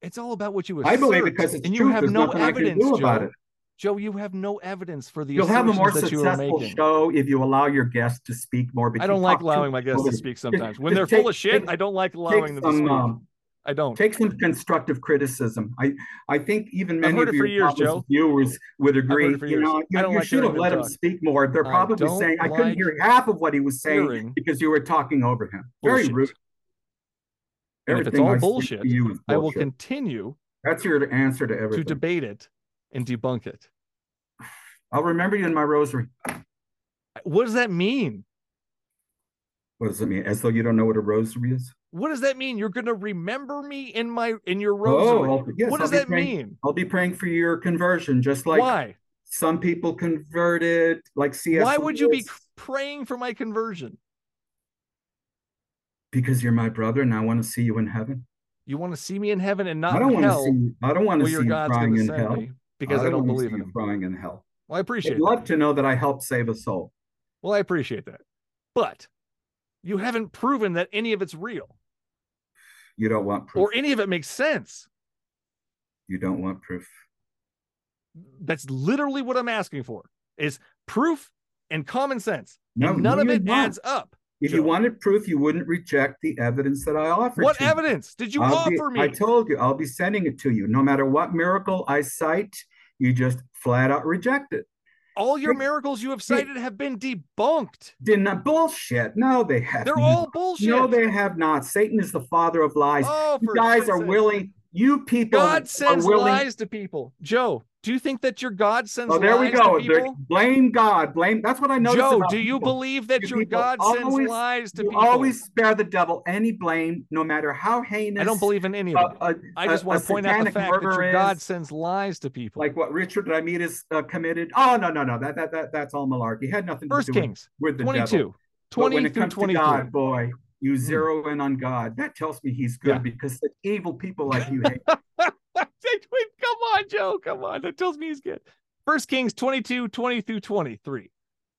[SPEAKER 1] it's all about what you assert.
[SPEAKER 4] I believe because it's
[SPEAKER 1] and
[SPEAKER 4] true.
[SPEAKER 1] you have
[SPEAKER 4] there's
[SPEAKER 1] no
[SPEAKER 4] nothing I can
[SPEAKER 1] evidence,
[SPEAKER 4] do
[SPEAKER 1] Joe.
[SPEAKER 4] about it.
[SPEAKER 1] Joe, you have no evidence for the
[SPEAKER 4] You'll have a more
[SPEAKER 1] assertions that you are
[SPEAKER 4] successful
[SPEAKER 1] making.
[SPEAKER 4] show if you allow your guests to speak more. but
[SPEAKER 1] I
[SPEAKER 4] you
[SPEAKER 1] don't like
[SPEAKER 4] talk too
[SPEAKER 1] allowing my guests to
[SPEAKER 4] much.
[SPEAKER 1] speak sometimes. When
[SPEAKER 4] just
[SPEAKER 1] they're
[SPEAKER 4] take-
[SPEAKER 1] full of shit,
[SPEAKER 4] take-
[SPEAKER 1] I don't like allowing
[SPEAKER 4] Take
[SPEAKER 1] them to
[SPEAKER 4] some,
[SPEAKER 1] speak.
[SPEAKER 4] um,
[SPEAKER 1] I don't.
[SPEAKER 4] take some constructive criticism. I, I think even many
[SPEAKER 1] heard
[SPEAKER 4] of
[SPEAKER 1] it for
[SPEAKER 4] your
[SPEAKER 1] years,
[SPEAKER 4] countless
[SPEAKER 1] Joe.
[SPEAKER 4] viewers would agree.
[SPEAKER 1] it for
[SPEAKER 4] You know,
[SPEAKER 1] years. I
[SPEAKER 4] you,
[SPEAKER 1] don't
[SPEAKER 4] you
[SPEAKER 1] like
[SPEAKER 4] should
[SPEAKER 1] hearing
[SPEAKER 4] have
[SPEAKER 1] him
[SPEAKER 4] let him
[SPEAKER 1] talk.
[SPEAKER 4] speak more. They're
[SPEAKER 1] I
[SPEAKER 4] probably
[SPEAKER 1] don't
[SPEAKER 4] saying I couldn't
[SPEAKER 1] like
[SPEAKER 4] hear half of what he was saying
[SPEAKER 1] Hearing
[SPEAKER 4] because you were talking over him. Very
[SPEAKER 1] bullshit.
[SPEAKER 4] rude.
[SPEAKER 1] And if it's
[SPEAKER 4] Everything
[SPEAKER 1] all
[SPEAKER 4] I speak to
[SPEAKER 1] bullshit,
[SPEAKER 4] you is
[SPEAKER 1] I will
[SPEAKER 4] bullshit.
[SPEAKER 1] continue
[SPEAKER 4] That's your answer to
[SPEAKER 1] to
[SPEAKER 4] everything.
[SPEAKER 1] debate it and debunk it.
[SPEAKER 4] I'll remember you in my rosary.
[SPEAKER 1] What does that mean?
[SPEAKER 4] What does it mean? As though you don't know what a rosary is?
[SPEAKER 1] What does that mean? You're going to remember me in my in your rosary.
[SPEAKER 4] Oh, I'll, yes,
[SPEAKER 1] what
[SPEAKER 4] I'll
[SPEAKER 1] does
[SPEAKER 4] be
[SPEAKER 1] that
[SPEAKER 4] praying,
[SPEAKER 1] mean?
[SPEAKER 4] I'll be praying for your conversion, just like
[SPEAKER 1] Why?
[SPEAKER 4] some people converted, like C.S.
[SPEAKER 1] Why would you be
[SPEAKER 4] Lewis.
[SPEAKER 1] praying for my conversion?
[SPEAKER 4] Because you're my brother, and I want to see you in heaven.
[SPEAKER 1] You want to see me in heaven and not
[SPEAKER 4] I don't
[SPEAKER 1] in
[SPEAKER 4] want to
[SPEAKER 1] hell.
[SPEAKER 4] see. you- I don't want to
[SPEAKER 1] Well,
[SPEAKER 4] see
[SPEAKER 1] your
[SPEAKER 4] you
[SPEAKER 1] God's
[SPEAKER 4] crying
[SPEAKER 1] going to
[SPEAKER 4] in
[SPEAKER 1] send
[SPEAKER 4] hell
[SPEAKER 1] me because I don't,
[SPEAKER 4] wanna
[SPEAKER 1] believe
[SPEAKER 4] see
[SPEAKER 1] in
[SPEAKER 4] you
[SPEAKER 1] him.
[SPEAKER 4] Crying in hell.
[SPEAKER 1] Well, I appreciate
[SPEAKER 4] I'd
[SPEAKER 1] that.
[SPEAKER 4] love to know that I helped save a soul.
[SPEAKER 1] Well, I appreciate that. But you haven't proven that any of it's real
[SPEAKER 4] You don't want proof.
[SPEAKER 1] or any of it makes sense.
[SPEAKER 4] you don't want proof.
[SPEAKER 1] That's literally what I'm asking for is proof and common sense.
[SPEAKER 4] No,
[SPEAKER 1] None of
[SPEAKER 4] you're
[SPEAKER 1] it
[SPEAKER 4] not.
[SPEAKER 1] adds up.
[SPEAKER 4] If you
[SPEAKER 1] Joe.
[SPEAKER 4] wanted proof, you wouldn't reject the evidence that I offered.
[SPEAKER 1] What
[SPEAKER 4] to you.
[SPEAKER 1] evidence did you
[SPEAKER 4] I'll be-
[SPEAKER 1] offer
[SPEAKER 4] I
[SPEAKER 1] me?
[SPEAKER 4] told you, I'll be sending it to you. No matter what miracle I cite, You just flat out reject it.
[SPEAKER 1] All your miracles you have cited have been debunked.
[SPEAKER 4] Didn't that bullshit? No, they have.
[SPEAKER 1] They're
[SPEAKER 4] not.
[SPEAKER 1] all bullshit.
[SPEAKER 4] No, they have not. Satan is the father of lies.
[SPEAKER 1] oh,
[SPEAKER 4] you
[SPEAKER 1] for
[SPEAKER 4] guys
[SPEAKER 1] God's
[SPEAKER 4] are
[SPEAKER 1] sake.
[SPEAKER 4] willing. You people
[SPEAKER 1] God sends
[SPEAKER 4] are willing.
[SPEAKER 1] lies to people. Joe, do you think that your God sends
[SPEAKER 4] Oh, there we
[SPEAKER 1] lies
[SPEAKER 4] go.
[SPEAKER 1] to
[SPEAKER 4] They're-
[SPEAKER 1] people?
[SPEAKER 4] Blame God. Blame. That's what I noticed.
[SPEAKER 1] Joe,
[SPEAKER 4] about
[SPEAKER 1] do you
[SPEAKER 4] people.
[SPEAKER 1] believe that
[SPEAKER 4] You
[SPEAKER 1] your
[SPEAKER 4] people
[SPEAKER 1] God sends
[SPEAKER 4] always-
[SPEAKER 1] lies to
[SPEAKER 4] You
[SPEAKER 1] people?
[SPEAKER 4] always spare the devil any blame, no matter how heinous.
[SPEAKER 1] I don't believe in any
[SPEAKER 4] uh,
[SPEAKER 1] of it.
[SPEAKER 4] uh,
[SPEAKER 1] I just
[SPEAKER 4] a-
[SPEAKER 1] want
[SPEAKER 4] a
[SPEAKER 1] to point out the
[SPEAKER 4] satanic
[SPEAKER 1] fact that your
[SPEAKER 4] murder is-
[SPEAKER 1] God sends lies to people.
[SPEAKER 4] like what Richard Ramirez uh, committed. Oh no, no, no. That that, that that's all malarkey. Had nothing to
[SPEAKER 1] First
[SPEAKER 4] do
[SPEAKER 1] Kings
[SPEAKER 4] with, with the devil.
[SPEAKER 1] 22,
[SPEAKER 4] But
[SPEAKER 1] 20
[SPEAKER 4] when it
[SPEAKER 1] through
[SPEAKER 4] comes to
[SPEAKER 1] 23.
[SPEAKER 4] God, boy, you zero in on God. That tells me He's good
[SPEAKER 1] Yeah.
[SPEAKER 4] because the evil people like you hate.
[SPEAKER 1] come on, Joe. Come on. That tells me he's good. First Kings 22, 20 through 23.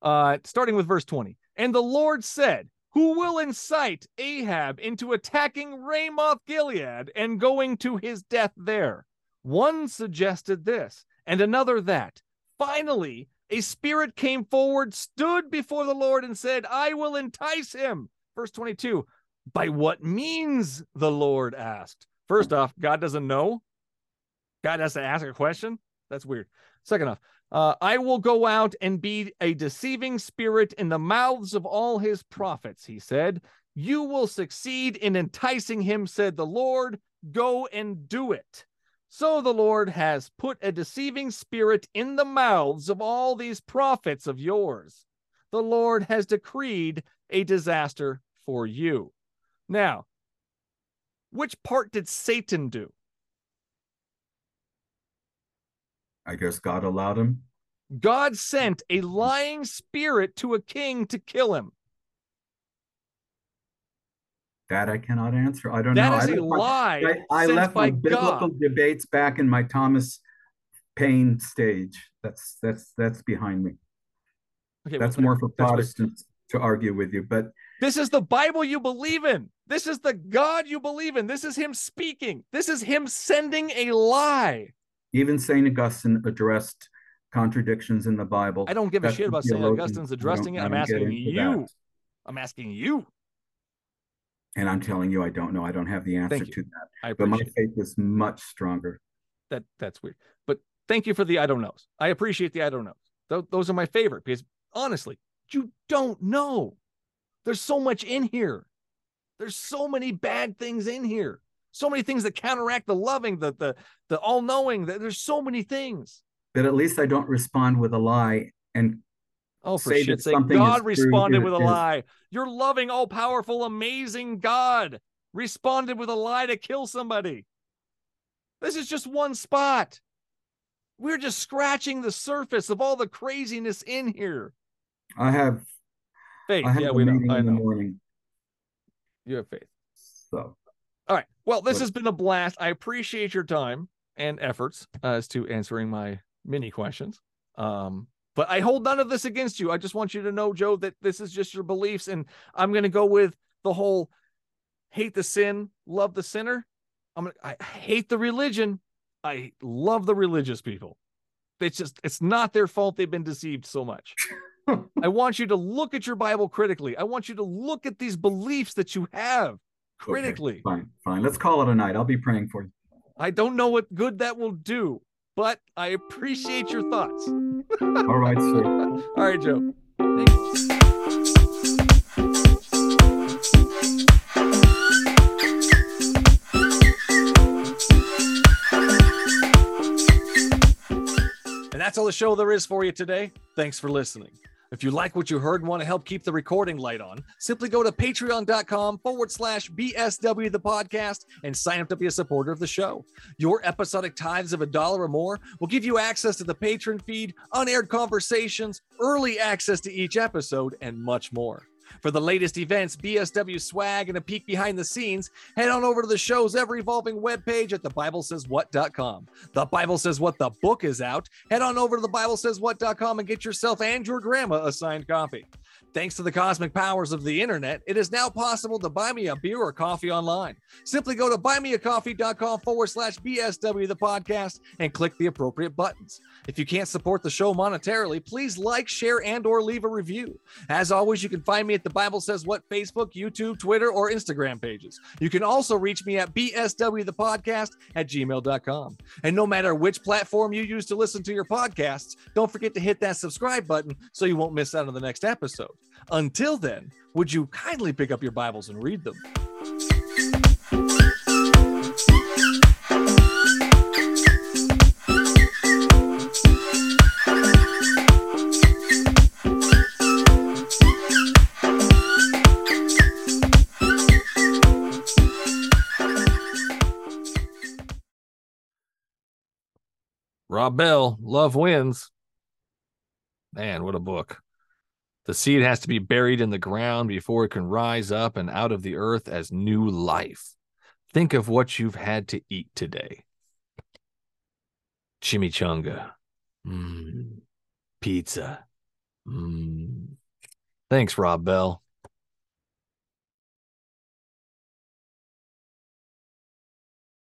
[SPEAKER 1] Uh, starting with verse 20. And the Lord said, Who will incite Ahab into attacking Ramoth Gilead and going to his death there? One suggested this, and another that. Finally, a spirit came forward, stood before the Lord, and said, I will entice him. Verse 22. By what means? The Lord asked. First off, God doesn't know. God has to ask a question. That's weird. Second off, uh, I will go out and be a deceiving spirit in the mouths of all his prophets, he said. You will succeed in enticing him, said the Lord. Go and do it. So the Lord has put a deceiving spirit in the mouths of all these prophets of yours. The Lord has decreed a disaster for you. Now, which part did Satan do?
[SPEAKER 4] I guess God allowed him.
[SPEAKER 1] God sent a lying spirit to a king to kill him.
[SPEAKER 4] That I cannot answer. I don't know.
[SPEAKER 1] That
[SPEAKER 4] I
[SPEAKER 1] is a
[SPEAKER 4] left my-
[SPEAKER 1] lie
[SPEAKER 4] I, I
[SPEAKER 1] sent
[SPEAKER 4] left
[SPEAKER 1] by
[SPEAKER 4] my biblical
[SPEAKER 1] God.
[SPEAKER 4] debates back in my Thomas Paine stage. That's that's that's behind me.
[SPEAKER 1] Okay,
[SPEAKER 4] That's
[SPEAKER 1] well,
[SPEAKER 4] more for
[SPEAKER 1] that's weird.
[SPEAKER 4] Protestants to argue with you. But
[SPEAKER 1] This is the Bible you believe in. This is the God you believe in. This is him speaking. This is him sending a lie.
[SPEAKER 4] even Saint Augustine addressed contradictions in the Bible.
[SPEAKER 1] I don't give a
[SPEAKER 4] That's
[SPEAKER 1] shit about
[SPEAKER 4] the
[SPEAKER 1] St.
[SPEAKER 4] theologian.
[SPEAKER 1] Augustine's
[SPEAKER 4] I don't-
[SPEAKER 1] addressing it.
[SPEAKER 4] I
[SPEAKER 1] I'm
[SPEAKER 4] don't get
[SPEAKER 1] asking
[SPEAKER 4] into
[SPEAKER 1] you.
[SPEAKER 4] that.
[SPEAKER 1] I'm asking you.
[SPEAKER 4] And I'm telling you, I don't know. I don't have the answer
[SPEAKER 1] you.
[SPEAKER 4] to that.
[SPEAKER 1] I
[SPEAKER 4] But my
[SPEAKER 1] appreciate
[SPEAKER 4] faith is much stronger.
[SPEAKER 1] that. That's weird. But thank you for the I don't knows. I appreciate the I don't know. Tho- those are my favorite because honestly, you don't know. There's so much in here. There's so many bad things in here. So many things that counteract the loving, the the the all knowing. That there's so many things.
[SPEAKER 4] But at least I don't respond with a lie. And
[SPEAKER 1] Oh, for
[SPEAKER 4] Say that
[SPEAKER 1] shit's sake!
[SPEAKER 4] something is
[SPEAKER 1] God
[SPEAKER 4] true
[SPEAKER 1] responded
[SPEAKER 4] if
[SPEAKER 1] with a
[SPEAKER 4] it is.
[SPEAKER 1] lie. Your loving, all powerful, amazing God responded with a lie to kill somebody. This is just one spot. We're just scratching the surface of all the craziness in here.
[SPEAKER 4] I have
[SPEAKER 1] Faith,
[SPEAKER 4] I have
[SPEAKER 1] yeah,
[SPEAKER 4] a
[SPEAKER 1] we
[SPEAKER 4] meeting
[SPEAKER 1] know. I
[SPEAKER 4] in the
[SPEAKER 1] know.
[SPEAKER 4] morning.
[SPEAKER 1] You have faith.
[SPEAKER 4] So
[SPEAKER 1] All right. Well, this
[SPEAKER 4] But-
[SPEAKER 1] has been a blast. I appreciate your time and efforts uh, as to answering my mini questions. Um, but I hold none of this against you. I just want you to know, Joe, that this is just your beliefs, and I'm going to go with the whole hate the sin, love the sinner. I'm gonna, I hate the religion. I love the religious people. It's just it's not their fault they've been deceived so much. I want you to look at your Bible critically. I want you to look at these beliefs that you have critically.
[SPEAKER 4] fine, fine. Let's call it a night. I'll be praying for you.
[SPEAKER 1] I don't know what good that will do, but I appreciate your thoughts.
[SPEAKER 4] All right, sir.
[SPEAKER 1] All right, Joe. Thank you. And that's all the show there is for you today. Thanks for listening. If you like what you heard and want to help keep the recording light on, simply go to patreon.com forward slash BSW the podcast and sign up to be a supporter of the show. Your episodic tithes of a dollar or more will give you access to the patron feed, unaired conversations, early access to each episode, and much more. For the latest events, BSW swag, and a peek behind the scenes, head on over to the show's ever evolving webpage at thebiblesayswhat.com. The Bible Says What the book is out. Head on over to thebiblesayswhat.com and get yourself and your grandma a signed copy. Thanks to the cosmic powers of the internet, it is now possible to buy me a beer or coffee online. Simply go to buymeacoffee.com forward slash BSW the podcast and click the appropriate buttons. If you can't support the show monetarily, please like, share, and or leave a review. As always, you can find me at the Bible Says What Facebook, YouTube, Twitter, or Instagram pages. You can also reach me at BSW the podcast at gmail.com. And no matter which platform you use to listen to your podcasts, don't forget to hit that subscribe button so you won't miss out on the next episode. Until then, would you kindly pick up your Bibles and read them? Rob Bell, Love Wins. Man, what a book. The seed has to be buried in the ground before it can rise up and out of the earth as new life. Think of what you've had to eat today chimichanga, Mm. pizza. Mm. Thanks, Rob Bell.